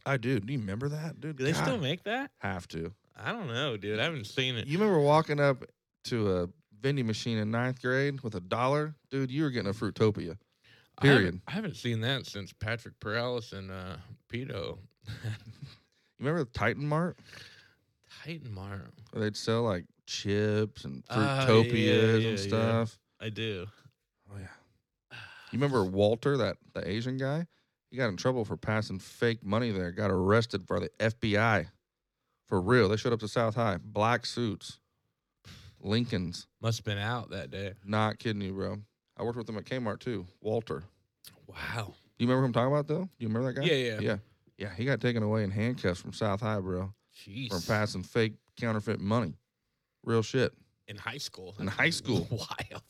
S3: I do. Do you remember that, dude?
S2: Do they still
S3: God,
S2: make that?
S3: have to.
S2: I don't know, dude. I haven't seen it.
S3: You remember walking up to a vending machine in ninth grade with a dollar, dude? You were getting a Fruitopia.
S2: I haven't-
S3: Period.
S2: I haven't, seen that since Patrick Perales and uh, Pito.
S3: You remember the Titan Mart?
S2: tight tomorrow.
S3: Where they'd sell like chips and
S2: Ah, yeah,
S3: fruitopias
S2: yeah, yeah.
S3: and stuff.
S2: I do.
S3: Oh yeah. You remember Walter, that the Asian guy? He got in trouble for passing fake money there. Got arrested by the FBI. For real, they showed up to South High, black suits, Lincolns.
S2: Must have been out that day.
S3: Not kidding you, bro. I worked with him at Kmart too. Walter.
S2: Wow.
S3: Do you remember who I'm talking about though? Do you remember that guy?
S2: Yeah, yeah.
S3: Yeah. Yeah, he got taken away in handcuffs from South High, bro,
S2: Jeez.
S3: for passing fake counterfeit money. Real shit.
S2: in high school.
S3: In high school.
S2: Wild.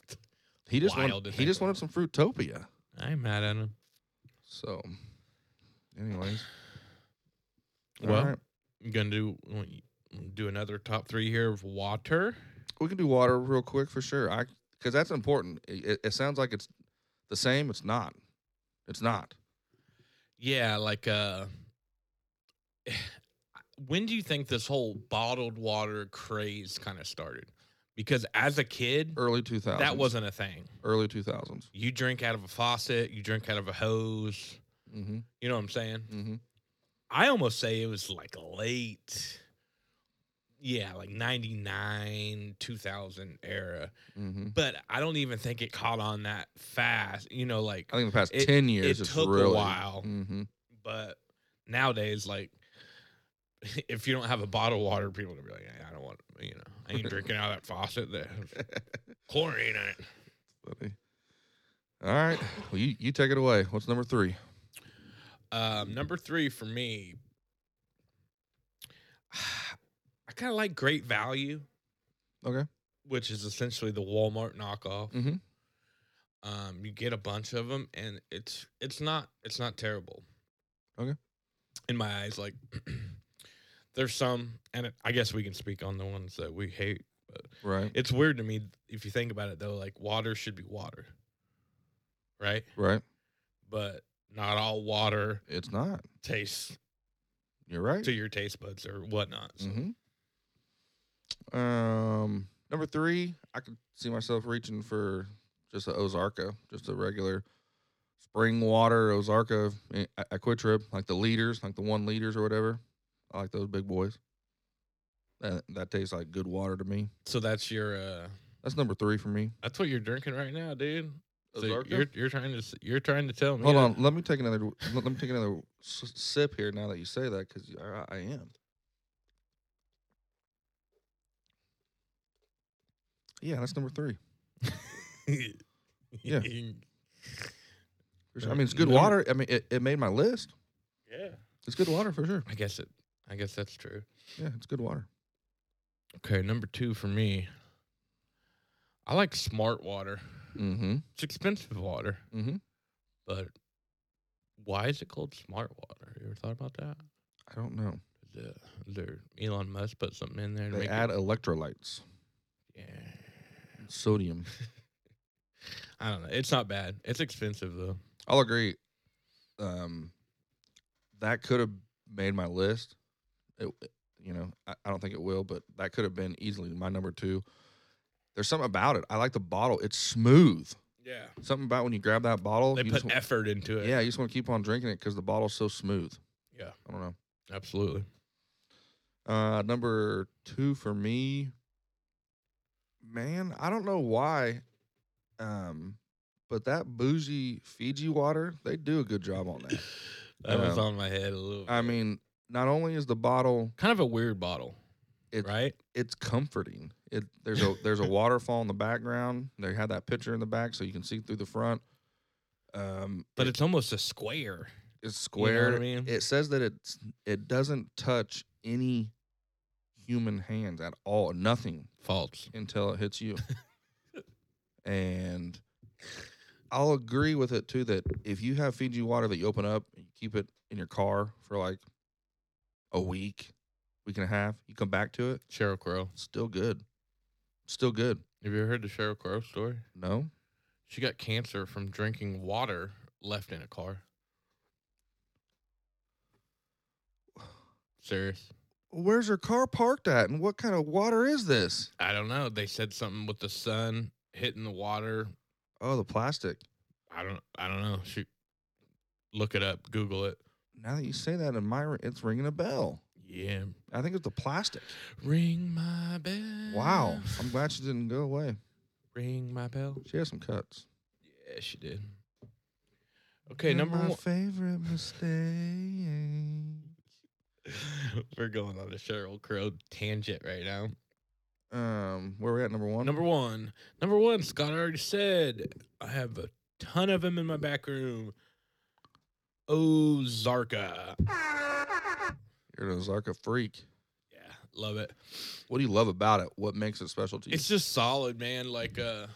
S3: He just
S2: Wild to
S3: wanted, he
S2: think
S3: just
S2: about.
S3: wanted some Fruitopia.
S2: I ain't mad at him.
S3: So, anyways, all
S2: Well,
S3: right.
S2: you gonna do want you- do another top three here of water.
S3: we can do water real quick for sure. I because that's important. It, it, it sounds like it's the same. It's not. It's not.
S2: Yeah, like uh when do you think this whole bottled water craze kind of started? Because as a kid,
S3: Early two thousands.
S2: that wasn't a thing.
S3: early two thousands.
S2: You drink out of a faucet, you drink out of a hose.
S3: Mm-hmm.
S2: You know what I'm saying?
S3: Mm-hmm.
S2: I almost say it was like late. Yeah, like 99, 2000 era.
S3: Mm-hmm.
S2: But I don't even think it caught on that fast. You know, like
S3: I think the past
S2: It-
S3: ten years,
S2: it
S3: it's
S2: took a
S3: really-
S2: while.
S3: Mhm.
S2: but nowadays, like, if you don't have a bottle of water, people are gonna be like, "Yeah, I don't want, you know, I ain't drinking out of that faucet. There, chlorine in it.
S3: Funny. All right, well, you you take it away. What's number three?
S2: Um, number three for me, I kind of like Great Value,
S3: Okay.
S2: which is essentially the Walmart knockoff.
S3: Mhm.
S2: Um, you get a bunch of them, and it's it's not it's not terrible.
S3: Okay.
S2: In my eyes, like there's some, and I guess we can speak on the ones that we hate.
S3: Right.
S2: It's weird to me if you think about it though. Like water should be water, right?
S3: Right.
S2: But not all water
S3: It's not.
S2: tastes
S3: You're right.
S2: to your taste buds or whatnot. So.
S3: Mm-hmm. Um, number three, I could see myself reaching for just a Ozarka, just a regular spring water Ozarka eh, a- Aquatrip, like the liters, like the one liters or whatever. I like those big boys. That that tastes like good water to me.
S2: So that's your uh
S3: That's number three for me.
S2: that's what you're drinking right now, dude. So
S3: Ozarka?
S2: you're you're trying to s- you're trying to tell me.
S3: Hold
S2: that-
S3: on, let me take another. Let, let me take another s- sip here. Now that you say that, because I, I am. Yeah, that's number three. Yeah. For sure. I
S2: Num-
S3: mean, it's good
S2: number-
S3: water. I mean, it, it made my list.
S2: Yeah.
S3: It's good water for sure.
S2: I guess it. I guess that's true.
S3: Yeah, it's good water.
S2: Okay, number two for me. I like smart water.
S3: Mm-hmm.
S2: It's expensive water,
S3: Mm-hmm.
S2: but why is it called smart water? You ever thought about that?
S3: I don't know.
S2: Is, it, is there Elon Musk put something in there to
S3: They
S2: make
S3: add
S2: it?
S3: electrolytes,
S2: Yeah.
S3: sodium.
S2: I don't know. It's not bad. It's expensive though.
S3: I'll agree. Um, that could have made my list. It, it- you know, I, I don't think it will, but that could have been easily my number two. There's something about it. I like the bottle. It's smooth.
S2: Yeah.
S3: Something about when you grab that bottle.
S2: They
S3: you
S2: put
S3: just wa-
S2: effort into it.
S3: yeah, you just want to keep on drinking it because the bottle's so smooth.
S2: Yeah.
S3: I don't know.
S2: Absolutely.
S3: Uh, number two for me, man, I don't know why, um, but that bougie Fiji water, they do a good job on that.
S2: That was
S3: Um,
S2: on my head a little.
S3: I
S2: bit.
S3: mean, not only is the bottle,
S2: kind of a weird bottle,
S3: It's-
S2: right?
S3: it's comforting. It there's a there's a waterfall in the background. They had that picture in the back, so you can see through the front. Um,
S2: But
S3: it-
S2: it's almost a square.
S3: it's
S2: You know
S3: square.
S2: what I mean?
S3: It says that it's it doesn't touch any human hands at all. Nothing.
S2: False.
S3: until it hits you. and I'll agree with it too that if you have Fiji water that you open up and you keep it in your car for like a week, week and a half, you come back to it,
S2: Cheryl Crow.
S3: it's still good. Still good.
S2: Have you ever heard the Cheryl Crow story?
S3: No?
S2: She got cancer from drinking water left in a car. Serious.
S3: Where's your car parked at and what kind of water is this?
S2: I don't know. They said something with the sun hitting the water.
S3: Oh, the plastic.
S2: I don't. I don't know. She look it up. Google it.
S3: Now that you say that in my it's ringing a bell.
S2: Yeah.
S3: I think it was the plastic.
S2: Ring my bell.
S3: Wow.
S2: Mm.
S3: I'm glad she didn't go away.
S2: Ring my bell.
S3: She has some cuts.
S2: Yeah, she did. Okay,
S3: You're
S2: number
S3: my
S2: one.
S3: favorite mistake.
S2: We're going on a Cheryl Crow tangent right now.
S3: Um, where we at number one?
S2: Oh, Number one. Number one, Scott already said I have a ton of them in my back room. Ozarka.
S3: You're an Ozarka freak.
S2: Yeah, love it.
S3: What do you love about it? What makes it special to you?
S2: It's just solid, man. Like uh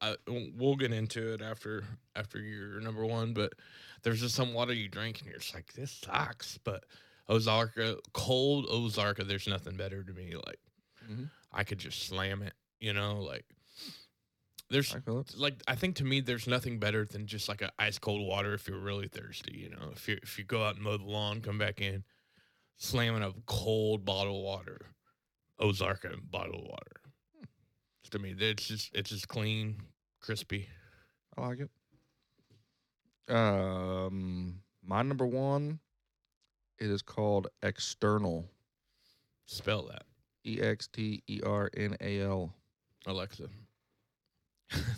S2: I, we'll get into it after after your number one, but there's just some water you drink and you're just like, this sucks. But Ozarka, cold Ozarka, there's nothing better to me. Like
S3: Mhm.
S2: I could just slam it, you know, like there's
S3: I feel it.
S2: like I think to me, there's nothing better than just like a ice cold water if you're really thirsty. You know, if you if you go out and mow the lawn, come back in, slamming a cold bottle of water, Ozarka bottle of water. To me, it's just it's just clean, crispy.
S3: I like it. Um, my number one. It is called external.
S2: Spell that,
S3: E X T E R N A L.
S2: Alexa.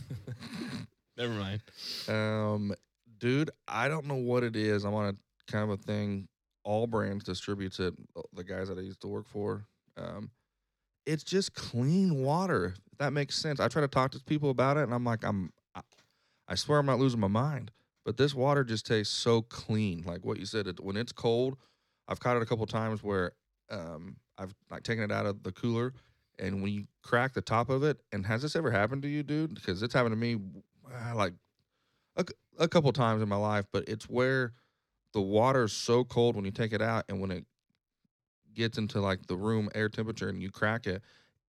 S2: Never mind.
S3: Um, dude, I don't know what it is. I'm on a kind of a thing. All brands distributes it. uh, The guys that I used to work for. Um, it's just clean water. If that makes sense. I try to talk to people about it, and I'm like, I'm, I, I swear I'm not losing my mind. But this water just tastes so clean. Like what you said, it, when it's cold, I've caught it a couple times where um, I've like taken it out of the cooler, and when you crack the top of it, and has this ever happened to you, dude? Because it's happened to me, uh, like a couple times in my life, but it's where the water is so cold when you take it out and when it gets into like the room air temperature and you crack it,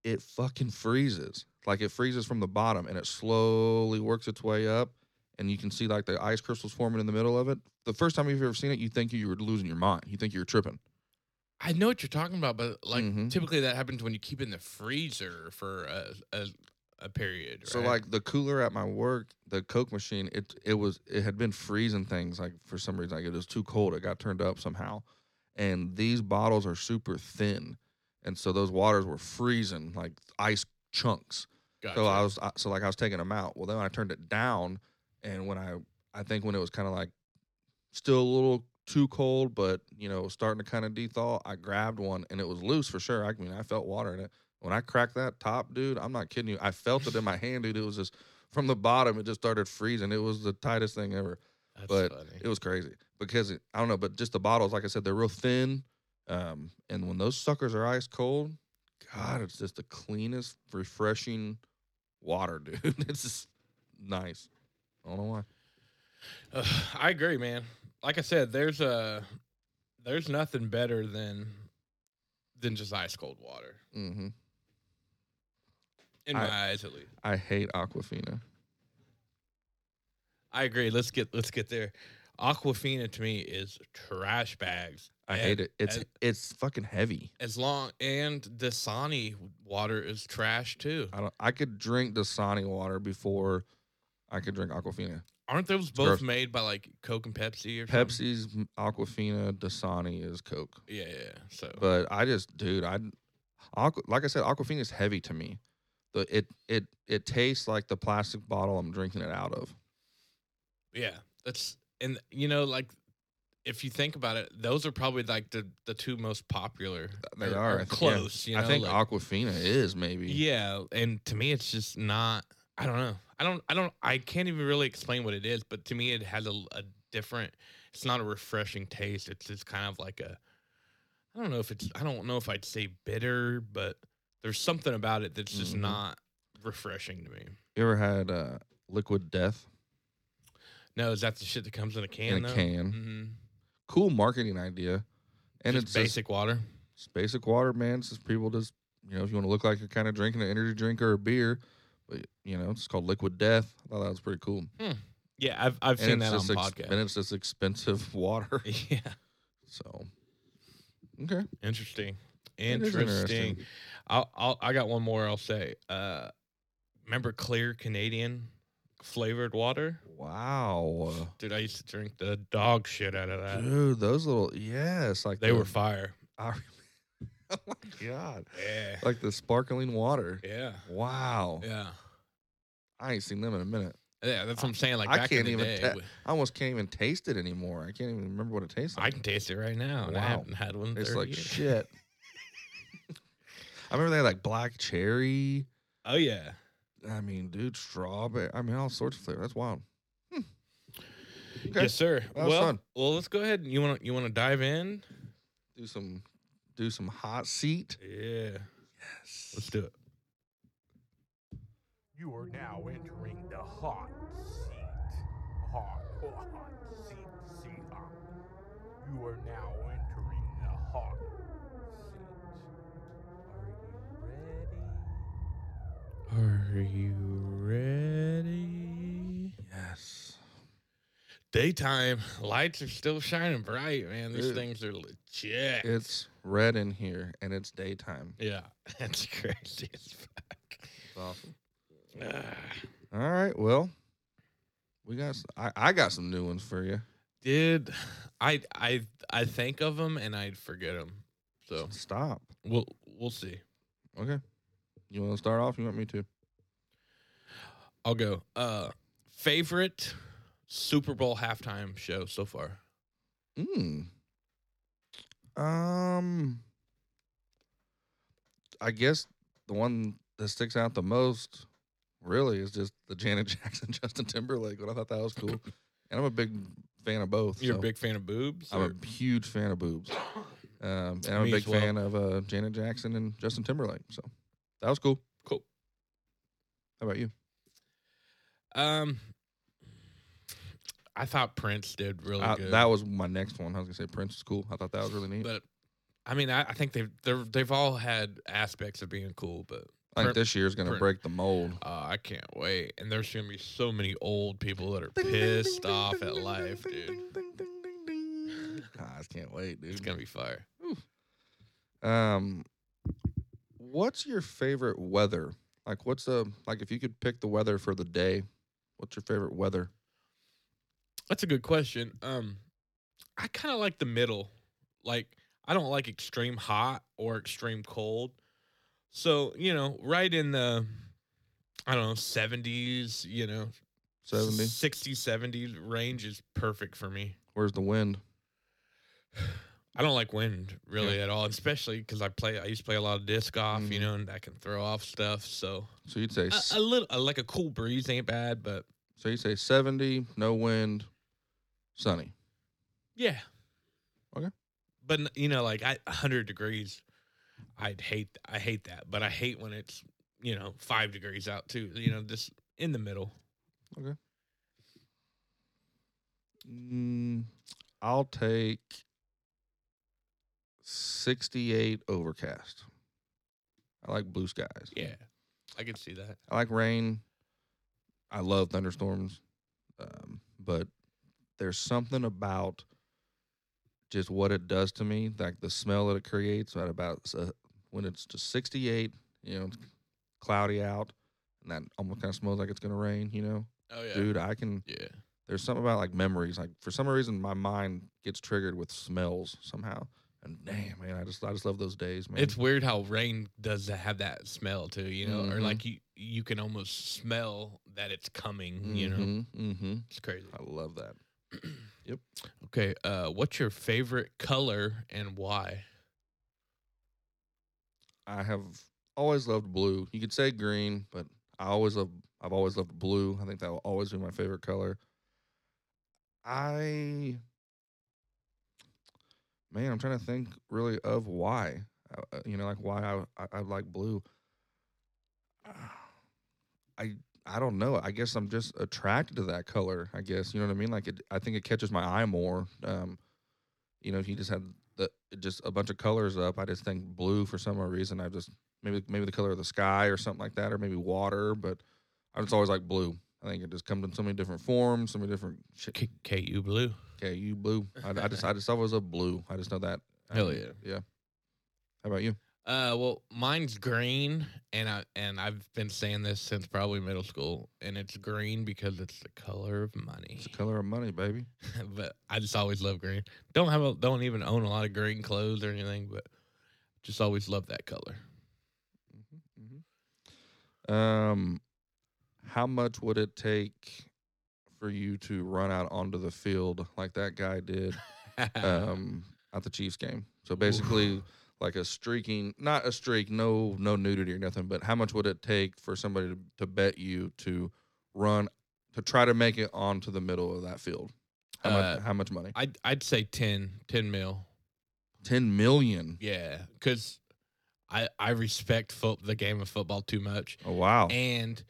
S3: it fucking freezes. Like it freezes from the bottom and it slowly works its way up and you can see like the ice crystals forming in the middle of it. The first time you've ever seen it, you think you were losing your mind. You think you were tripping.
S2: I know what you're talking about, but like
S3: Mhm.
S2: typically that happens when you keep it in the freezer for a a, a period.
S3: So
S2: right?
S3: like the cooler at my work, the Coke machine, it it was it had been freezing things like for some reason like it was too cold. It got turned up somehow, and these bottles are super thin, and so those waters were freezing like ice chunks.
S2: Gotcha.
S3: So I was I, so like I was taking them out. Well then I turned it down, and when I I think when it was kind of like still a little too cold, but you know starting to kind of dethaw, I grabbed one and it was loose for sure. I mean I felt water in it. When I cracked that top, dude, I'm not kidding you. I felt it in my hand, dude. It was just from the bottom. It just started freezing. It was the tightest thing ever.
S2: That's
S3: but
S2: funny.
S3: It was crazy because it, I don't know, but just the bottles, like I said, they're real thin. Um, and when those suckers are ice cold, God, it's just the cleanest, refreshing water, dude. It's just nice. I don't know why.
S2: Uh, I agree, man. Like I said, there's a there's nothing better than than just ice cold water
S3: hmm
S2: in my
S3: I-
S2: eyes, at least.
S3: I hate Aquafina.
S2: I agree. Let's get let's get there. Aquafina to me is trash bags.
S3: I hate it. It's
S2: and-
S3: it's fucking heavy.
S2: As long and Dasani water is trash too.
S3: I don't. I could drink Dasani water before I could drink Aquafina.
S2: Aren't those both
S3: gross.
S2: made by like Coke and Pepsi or something?
S3: Pepsi's m- Aquafina, Dasani is Coke.
S2: Yeah, yeah. yeah. So
S3: But I just, dude, I, Aqua, like I said, Aquafina is heavy to me. The it it it tastes like the plastic bottle I'm drinking it out of.
S2: Yeah, that's and you know like if you think about it, those are probably like the the two most popular.
S3: They
S2: or- or
S3: are, I think, yeah.
S2: close. You know,
S3: I think
S2: like-
S3: Aquafina is maybe.
S2: yeah, and to me, it's just not. I don't know. I don't. I don't. I can't even really explain what it is, but to me, it has a, a different. It's not a refreshing taste. It's just kind of like a. I don't know if it's. I don't know if I'd say bitter, but there's something about it that's just
S3: Mhm.
S2: not refreshing to me.
S3: You ever had uh, Liquid Death
S2: No, is that the shit that comes in a can?
S3: in a
S2: though?
S3: can?
S2: hmm
S3: Cool marketing idea, and
S2: And
S3: it's
S2: it's basic water.
S3: Just, it's basic water, man. It's just people just you know if you want to look like you're kind of drinking an energy drink or a beer, but you know it's called Liquid Death. I thought that was pretty cool.
S2: Yeah, I've I've
S3: And
S2: seen
S3: it's
S2: that on
S3: just ex-
S2: podcast.
S3: And it's just expensive water.
S2: yeah,
S3: So, okay.
S2: interesting,
S3: It is
S2: interesting. I'll, I'll I got one more. I'll say. Uh, remember clear Canadian flavored water,
S3: Wow. Oh.
S2: dude? I used to drink the dog shit out of that.
S3: Dude, those little yes, like
S2: They
S3: the-
S2: were fire.
S3: I rem- oh my god,
S2: Yeah.
S3: like Oh. the sparkling water.
S2: Yeah.
S3: Wow,
S2: Yeah.
S3: I ain't seen them in a minute.
S2: Yeah, that's what I'm saying. Like
S3: I
S2: back
S3: can't
S2: in the
S3: even
S2: day,
S3: ta-
S2: we-
S3: I almost can't even taste it anymore. I can't even remember what it tastes
S2: I
S3: like.
S2: can taste it right now, and I
S3: Wow.
S2: haven't had one. in
S3: it's
S2: 30
S3: like
S2: years.
S3: shit. I remember they had like black cherry.
S2: Oh yeah,
S3: I mean, dude, strawberry. I mean, all sorts of flavor. That's wild. Hmm. Okay.
S2: yes sir.
S3: That was
S2: well,
S3: fun.
S2: well, let's go ahead. and You want to you want to dive in?
S3: Do some, do some hot seat.
S2: Yeah. Let's do it.
S4: You are now entering the hot seat. Hot, hot, hot seat, seat hot. You are now entering the hot seat. Are you
S2: Are you
S4: ready?
S2: ready?
S3: Yes.
S2: Daytime lights are still shining bright, man. These
S3: Dude.
S2: things are legit.
S3: It's red in here, and it's daytime.
S2: yeah, that's crazy as fuck.
S3: It's awesome.
S2: Ah.
S3: All right. Well, we got. s- I, I got some new ones for you.
S2: Did I I I think of them and I'd forget them. So
S3: Stop.
S2: we'll we'll see.
S3: Okay. You want to start off? You want me to?
S2: I'll go. Uh favorite Super Bowl halftime show so far.
S3: Mm. Um. I guess the one that sticks out the most, really, is just the Janet Jackson, Justin Timberlake. But I thought that was cool, and I'm a big fan of both.
S2: You're
S3: so
S2: a big fan of boobs? or-
S3: I'm a huge fan of boobs. Um, and I'm
S2: Me
S3: a
S2: as
S3: big
S2: well.
S3: fan of uh, Janet Jackson and Justin Timberlake. So that was cool.
S2: Cool.
S3: How about you?
S2: Um I thought Prince did really
S3: I-
S2: good.
S3: Uh, that was my next one. I was gonna say Prince was cool. I thought that was really neat.
S2: but I mean I, I think they've they're, they've all had aspects of being cool, but
S3: I think
S2: Prin-
S3: this year's gonna
S2: Prin-
S3: break the mold.
S2: uh, I can't wait. And there's gonna be so many old people that are pissed off at life, dude.
S3: Ah, I can't wait, dude.
S2: It's gonna be fire.
S3: Um, what's your favorite weather? Like, what's a like if you could pick the weather for the day? What's your favorite weather?
S2: That's a good question. Um, I kind of like the middle. Like, I don't like extreme hot or extreme cold. So you know, right in the, I don't know, seventies. You know,
S3: Seventy.
S2: 60, 70 range is perfect for me.
S3: Where's the wind?
S2: I don't like wind really at all, especially because I play. I used to play a lot of disc golf, you
S3: Mhm.
S2: know, and I can throw off stuff. So
S3: So you'd say
S2: a,
S3: s-
S2: a little, uh like a cool breeze ain't bad, but
S3: So you say 70, no wind, sunny.
S2: Yeah.
S3: Okay.
S2: But n- you know, like I a hundred degrees, I'd hate. I hate that, but I hate when it's you know five degrees out too. You know, just in the middle.
S3: Mm, I'll take 68 overcast. I like blue skies.
S2: Yeah, I could see that.
S3: I like rain. I love thunderstorms. Um, but there's something about just what it does to me, like the smell that it creates at about s- uh, when it's just 68, you know, it's cloudy out, and that almost kind of smells like it's going to rain, you know?
S2: Oh yeah,
S3: Dude, I can.
S2: yeah.
S3: there's something about like memories. Like for some reason, my mind gets triggered with smells somehow. And damn, man, I just I just love those days, man.
S2: It's weird how rain does have that smell too. You know, or
S3: Mhm.
S2: like you you can almost smell that it's coming. You know,
S3: Mm-hmm.
S2: it's crazy.
S3: I love that.
S2: Okay, uh, what's your favorite color and why?
S3: I have always loved blue. You could say green, but I always love. I've always loved blue. I think that will always be my favorite color. I, man, I'm trying to think really of why. Uh, uh, you know, like why I I, I like blue. I I don't know. I guess I'm just attracted to that color. I guess you know what I mean. Like it, I think it catches my eye more. Um, you know, if you just had the just a bunch of colors up, I just think blue for some odd reason. I just maybe maybe the color of the sky or something like that, or maybe water. But I just always like blue. I think it just comes in so many different forms, so many different. Shit.
S2: K- KU blue.
S3: Okay, you blue. I, I just I just always love blue. I just know that.
S2: Hell
S3: Um,
S2: yeah.
S3: yeah. How about you?
S2: Uh, well, mine's green and I and I've been saying this since probably middle school, and it's green because it's the color of money.
S3: It's the color of money, baby.
S2: but I just always love green. Don't have a, don't even own a lot of green clothes or anything, but just always love that color.
S3: Um, how much would it take for you to run out onto the field like that guy did
S2: Uh-huh.
S3: um, at the Chiefs game? So basically, like a streaking, not a streak, no, no nudity or nothing. But how much would it take for somebody to, to bet you to run to try to make it onto the middle of that field? How
S2: Uh,
S3: much? How much money?
S2: I'd I'd say 10, 10 mil.
S3: Ten million.
S2: Yeah, because I I respect fo- the game of football too much,
S3: Oh wow!
S2: and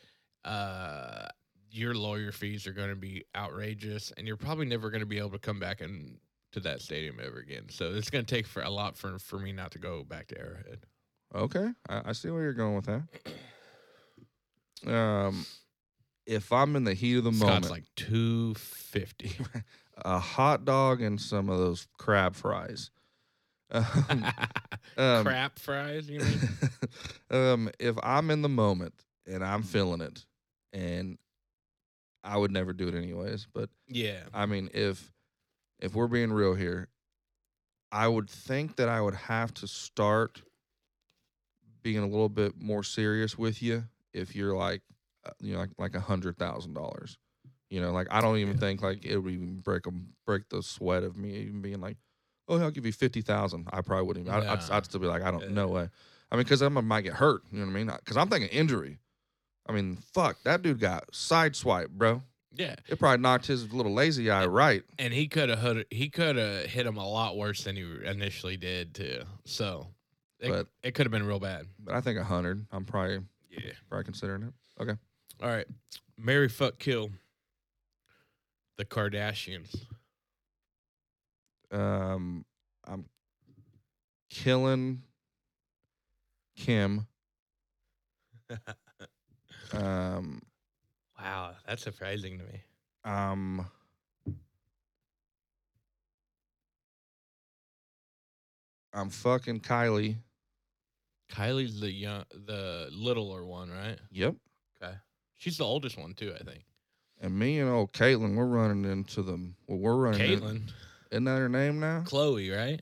S2: uh, your lawyer fees are going to be outrageous, and you're probably never going to be able to come back and to that stadium ever again. So it's going to take for a lot for for me not to go back to Arrowhead.
S3: Okay, I, I see where you're going with that. Um, if I'm in the heat of the
S2: Scott's
S3: moment,
S2: like two fifty.
S3: a hot dog and some of those crab fries. Um, um,
S2: Crap fries, you mean?
S3: um, if I'm in the moment and I'm feeling it, and I would never do it anyways, but
S2: yeah.
S3: I mean, if if we're being real here, I would think that I would have to start being a little bit more serious with you if you're like, uh, you know, like like a hundred thousand dollars. You know, like I don't even
S2: Yeah.
S3: think like it would even break 'em- break the sweat of me even being like, oh, I'll give you fifty thousand. I probably wouldn't. Even, I, would
S2: Nah.
S3: I'd still be like, I don't, no
S2: Yeah.
S3: way. I mean, because I might get hurt. You know what I mean? Because I'm thinking injury. I mean, fuck, that dude got sideswiped, bro.
S2: Yeah,
S3: It probably knocked his little lazy eye right.
S2: and he could have hit, he could have hit him a lot worse than he initially did too. So, it,
S3: But-
S2: it could have been real bad.
S3: But I think a hundred. I'm probably
S2: Yeah.
S3: probably considering it.
S2: All right. Mary fuck kill. The Kardashians.
S3: Um, I'm killing Kim. Um,
S2: Wow, that's surprising to me.
S3: um, I'm fucking Kylie.
S2: Kylie's the young, the littler one, right?
S3: Yep.
S2: Okay. She's the oldest one too, I think.
S3: And me and old Caitlin, we're running into the well, we're running. in-
S2: Caitlyn,
S3: isn't that her name now?
S2: Chloe, right?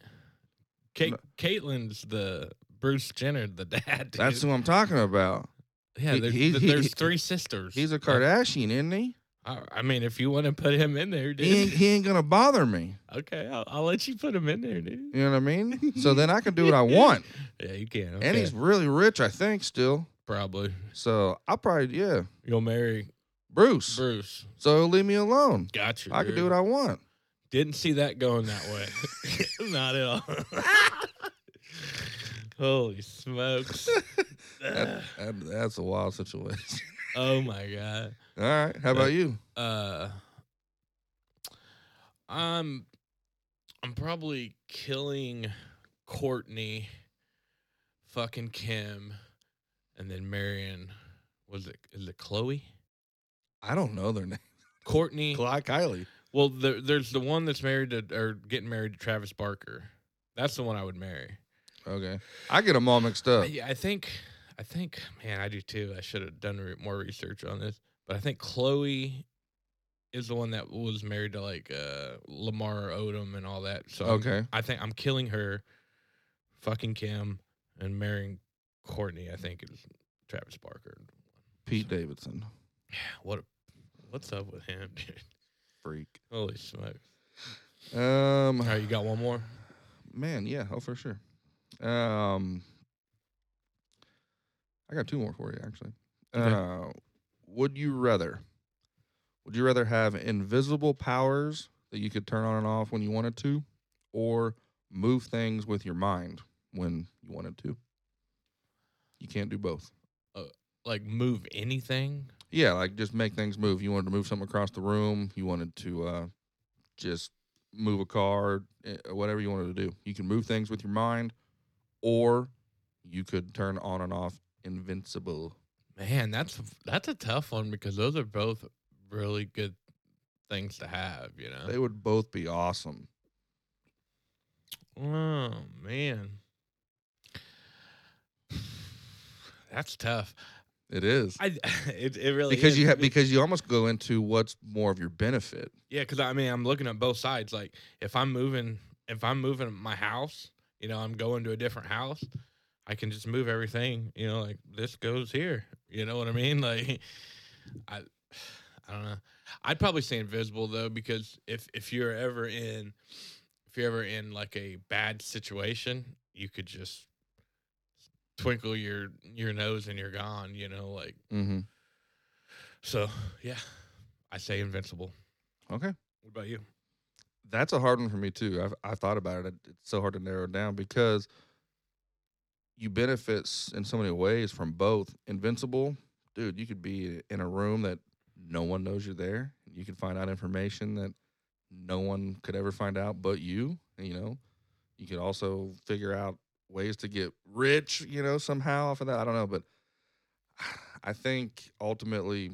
S2: Ka-
S3: No.
S2: Caitlyn's the Bruce Jenner, the dad. Dude.
S3: That's who I'm talking about.
S2: yeah.
S3: he-
S2: There's,
S3: he-
S2: th-
S3: he-
S2: there's
S3: he-
S2: three sisters.
S3: He's a
S2: Like,
S3: Kardashian, isn't he?
S2: I, I mean, if you want to put him in there, dude.
S3: He ain't, he ain't gonna bother me.
S2: okay, I'll, I'll let you put him in there, dude.
S3: You know what I mean? So then I can do what I want.
S2: Yeah, you can.
S3: And
S2: okay.
S3: he's really rich, I think, still.
S2: probably
S3: So I probably, yeah,
S2: you'll marry
S3: Bruce.
S2: Bruce.
S3: So he'll leave me alone.
S2: Gotcha.
S3: I can do what I want.
S2: Didn't see that going that way. Not at all. Holy smokes.
S3: That, that- that's a wild situation.
S2: oh my god.
S3: All right. How about you?
S2: Uh I'm I'm probably killing Courtney, fucking Kim, and then marrying was it is it Chloe?
S3: I don't know their name.
S2: Courtney.
S3: Clyde Kylie.
S2: Well, there, there's the one that's married to or getting married to Travis Barker. That's the one I would marry.
S3: Okay. I get them all mixed up.
S2: Yeah, I think, I think, man, I do too. I should have done re- more research on this, but I think Chloe is the one that was married to like uh Lamar Odom and all that. So I'm-
S3: Okay.
S2: I think I'm killing her, fucking Kim, and marrying Courtney. I think is Travis Barker.
S3: Pete Davidson.
S2: What? A, what's up with him, dude?
S3: Freak.
S2: Holy smokes!
S3: Um,
S2: All right, you got one more.
S3: man, yeah. Oh, for sure. Um, I got two more for you, actually. Uh, would you rather? Would you rather have invisible powers that you could turn on and off when you wanted to, or move things with your mind when you wanted to? You can't do both.
S2: Like move anything?
S3: Yeah, like just make things move. You wanted to move something across the room. You wanted to uh, just move a car, eh, whatever you wanted to do. You can move things with your mind, or you could turn on and off invincible.
S2: Man, that's that's a tough one because those are both really good things to have, you know.
S3: They would both be awesome.
S2: oh man. That's tough.
S3: It is
S2: I it, it really
S3: because
S2: is.
S3: you have because you almost go into what's more of your benefit.
S2: yeah because I mean I'm looking at both sides. Like if I'm moving if I'm moving my house, you know I'm going to a different house. I can just move everything. You know like this goes here. You know what I mean? Like I I don't know. I'd probably say invisible though because if if you're ever in if you're ever in like a bad situation, you could just twinkle your your nose and you're gone. You know like.
S3: Mm-hmm.
S2: So yeah, I say invincible.
S3: Okay.
S2: What about you?
S3: That's a hard one for me too. I've I've thought about it. It's so hard to narrow it down because you benefit s- in so many ways from both. Invincible, dude, you could be in a room that no one knows you're there. You can find out information that no one could ever find out but you. You know, you could also figure out ways to get rich. You know, somehow off of that. I don't know, but I think ultimately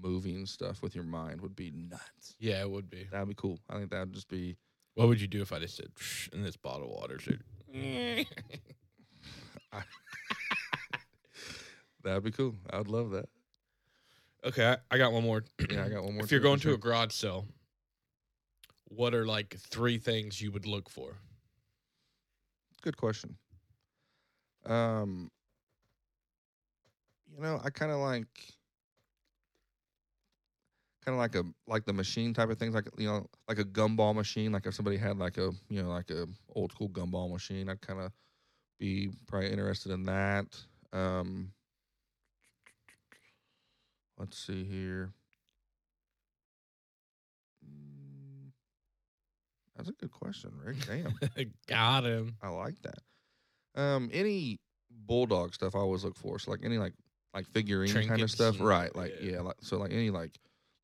S3: moving stuff with your mind would be nuts.
S2: Yeah, it would be.
S3: That'd be cool. I think that'd just be.
S2: What would you do if I just said "Psh," in this bottle of water? Said,
S3: That'd be cool. I'd love that.
S2: okay, I, I got one more.
S3: Yeah, I got one more.
S2: if you're
S3: too,
S2: going
S3: for
S2: to a
S3: sure.
S2: garage sale, what are like three things you would look for?
S3: good question. Um, you know, I kind of like, kind of like a like the machine type of things, like you know, like a gumball machine. Like if somebody had like a you know like a old school gumball machine, I'd kind of be probably interested in that. Um, let's see here. Mm, That's a good question, Rick. Damn.
S2: got him.
S3: I like that. Um, any bulldog stuff I always look for. So like any like like figurine kind of
S2: Trinkets
S3: stuff,
S2: and-
S3: right? Like
S2: yeah.
S3: yeah. like so like any like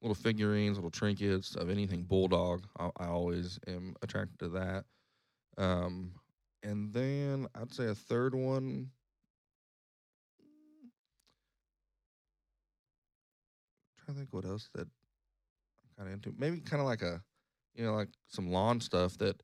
S3: little figurines, little trinkets of anything bulldog. I, I always am attracted to that. Um, and then I'd say a third one. trying to think what else that I'm kind of into. Maybe kind of like a, you know, like some lawn stuff that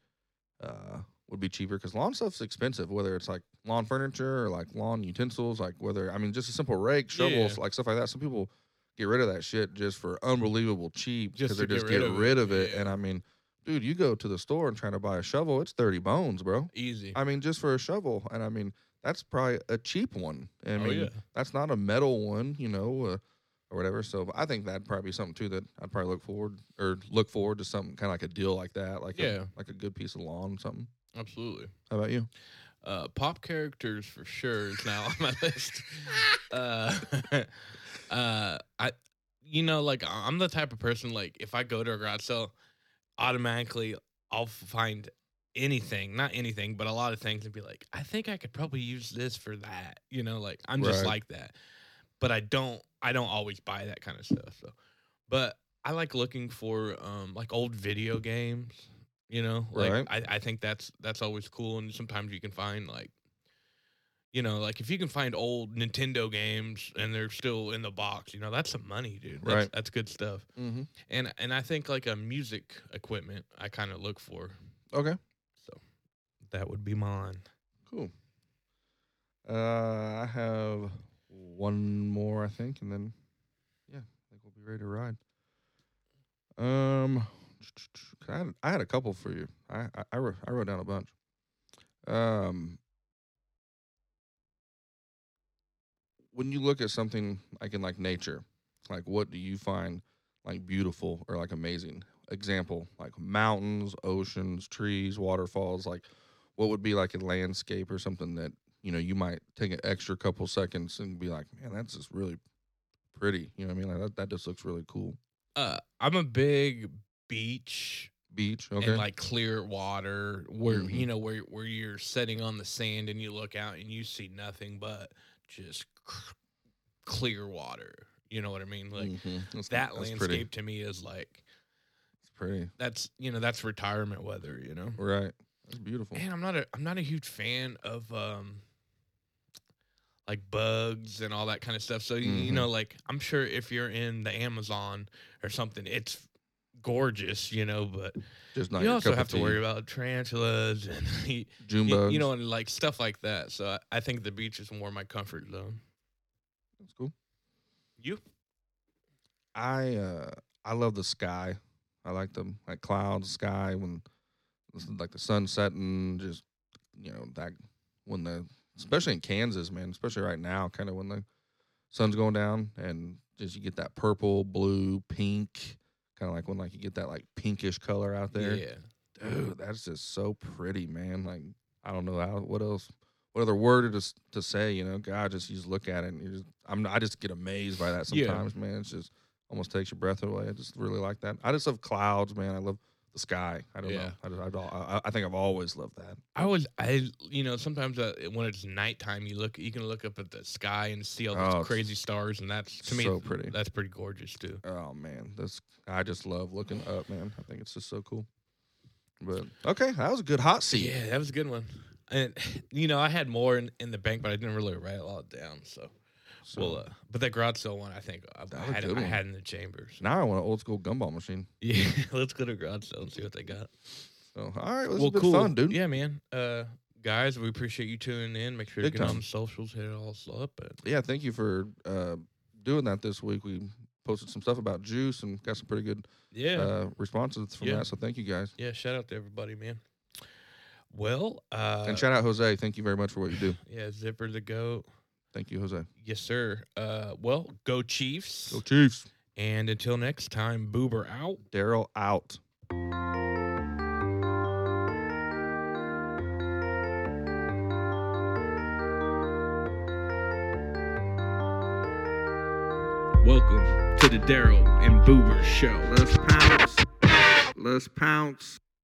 S3: uh, would be cheaper because lawn stuff's expensive. Whether it's like lawn furniture or like lawn utensils, like whether I mean just a simple rake, shovels,
S2: Yeah.
S3: like stuff like that. Some people get rid of that shit just for unbelievable cheap
S2: Just
S3: because
S2: to
S3: they just
S2: get
S3: get
S2: rid
S3: rid
S2: of
S3: of
S2: it,
S3: it.
S2: yeah.
S3: And I mean, dude, you go to the store and try to buy a shovel, it's thirty bones, bro.
S2: Easy.
S3: I mean, just for a shovel, and I mean that's probably a cheap one. I mean,
S2: oh yeah.
S3: that's not a metal one, you know, uh, or whatever. So I think that'd probably be something too that I'd probably look forward or look forward to something kind of like a deal like that, like
S2: Yeah.
S3: a, like a good piece of lawn, something.
S2: Absolutely.
S3: How about you?
S2: Uh, pop characters for sure is now on my list. Uh, uh, I, you know, like I- I'm the type of person like if I go to a garage sale, automatically I'll find anything, not anything, but a lot of things, and be like, I think I could probably use this for that. You know, like I'm just
S3: Right.
S2: like that, but I don't, I don't always buy that kind of stuff. So, but I like looking for um like old video games. You know, like
S3: Right.
S2: I, I think that's that's always cool, and sometimes you can find like you know, like if you can find old Nintendo games and they're still in the box, you know, that's some money, dude. That's,
S3: Right.
S2: That's good stuff.
S3: Mm-hmm.
S2: And and I think like a music equipment, I kind of look for.
S3: Okay,
S2: That would be mine.
S3: cool. Uh, I have one more, I think, and then yeah, I think we'll be ready to ride. Um, I had, I had a couple for you. I I, I, wrote, I wrote down a bunch. Um, when you look at something like in like nature, like what do you find like beautiful or like amazing? Example like mountains, oceans, trees, waterfalls. Like what would be like a landscape or something that you know you might take an extra couple seconds and be like, man, that's just really pretty. You know what I mean? Like that, that just looks really cool.
S2: Uh, I'm a big beach
S3: Beach, okay,
S2: and like clear water where
S3: Mhm.
S2: you know where where you're sitting on the sand and you look out and you see nothing but just c- clear water. You know what I mean? Like
S3: Mhm. That's-
S2: that
S3: that's
S2: landscape
S3: pretty.
S2: to me is like
S3: It's pretty.
S2: that's you know that's retirement weather. You know.
S3: Right. That's beautiful.
S2: Man, I'm not a I'm not a huge fan of um like bugs and all that kind of stuff. So you, you
S3: Mhm.
S2: know, like I'm sure if you're in the Amazon or something, it's gorgeous, you know, but
S3: Just not
S2: you
S3: your
S2: also
S3: cup
S2: have
S3: of
S2: to
S3: tea.
S2: worry about tarantulas and you,
S3: June
S2: you,
S3: bugs.
S2: know and like stuff like that. So I, I think the beach is more my comfort zone.
S3: that's cool.
S2: You?
S3: I uh I love the sky. I like the like clouds, sky when it's like the sun setting, just you know that when the especially in Kansas, man, especially right now, kind of when the sun's going down and just you get that purple, blue, pink, kind of like when like you get that like pinkish color out there.
S2: Yeah.
S3: Dude, that's just so pretty, man. Like I don't know how, what else, what other word to s- to say. You know, God, just you just look at it and you just I'm I just get amazed by that
S2: Yeah.
S3: sometimes, man. It's just almost takes your breath away. I just really like that. I just love clouds, man. I love the sky. I don't know.
S2: Yeah.
S3: I, just, I, don't- I I think I've always loved that.
S2: I was I you know sometimes uh, when it's nighttime you look you can look up at the sky and see all those
S3: Oh, it's
S2: crazy stars and that's to me
S3: so pretty.
S2: that's pretty gorgeous too.
S3: Oh man, that's I just love looking up, man. I think it's just so cool. But okay, that was a good hot seat.
S2: Yeah, that was a good one. And you know I had more in, in the bank but I didn't really write a lot down. So,
S3: So,
S2: well, uh, but that Grazzo one I think I, I
S3: That was a
S2: had
S3: good
S2: I
S3: one.
S2: had in the chambers.
S3: now I want an old school gumball machine.
S2: Yeah, let's go to Grazzo and see what they got.
S3: So all right, well, this has been fun, dude.
S2: Yeah, man. Uh, guys, we appreciate you tuning in. Make sure
S3: Big
S2: you get
S3: time.
S2: on the socials, hit it all up. And
S3: yeah, thank you for uh, doing that this week. We posted some stuff about juice and got some pretty good
S2: yeah,
S3: uh, responses from
S2: Yeah.
S3: that. So thank you guys.
S2: yeah. Shout out to everybody, man. Well, uh,
S3: and shout out Jose. Thank you very much for what you do.
S2: yeah, zipper the goat.
S3: Thank you, Jose.
S2: Yes, sir. Uh, well, go Chiefs.
S3: Go Chiefs.
S2: And until next time, Boober out.
S3: Daryl out.
S1: Welcome to the Daryl and Boober Show. Let's pounce. Let's pounce.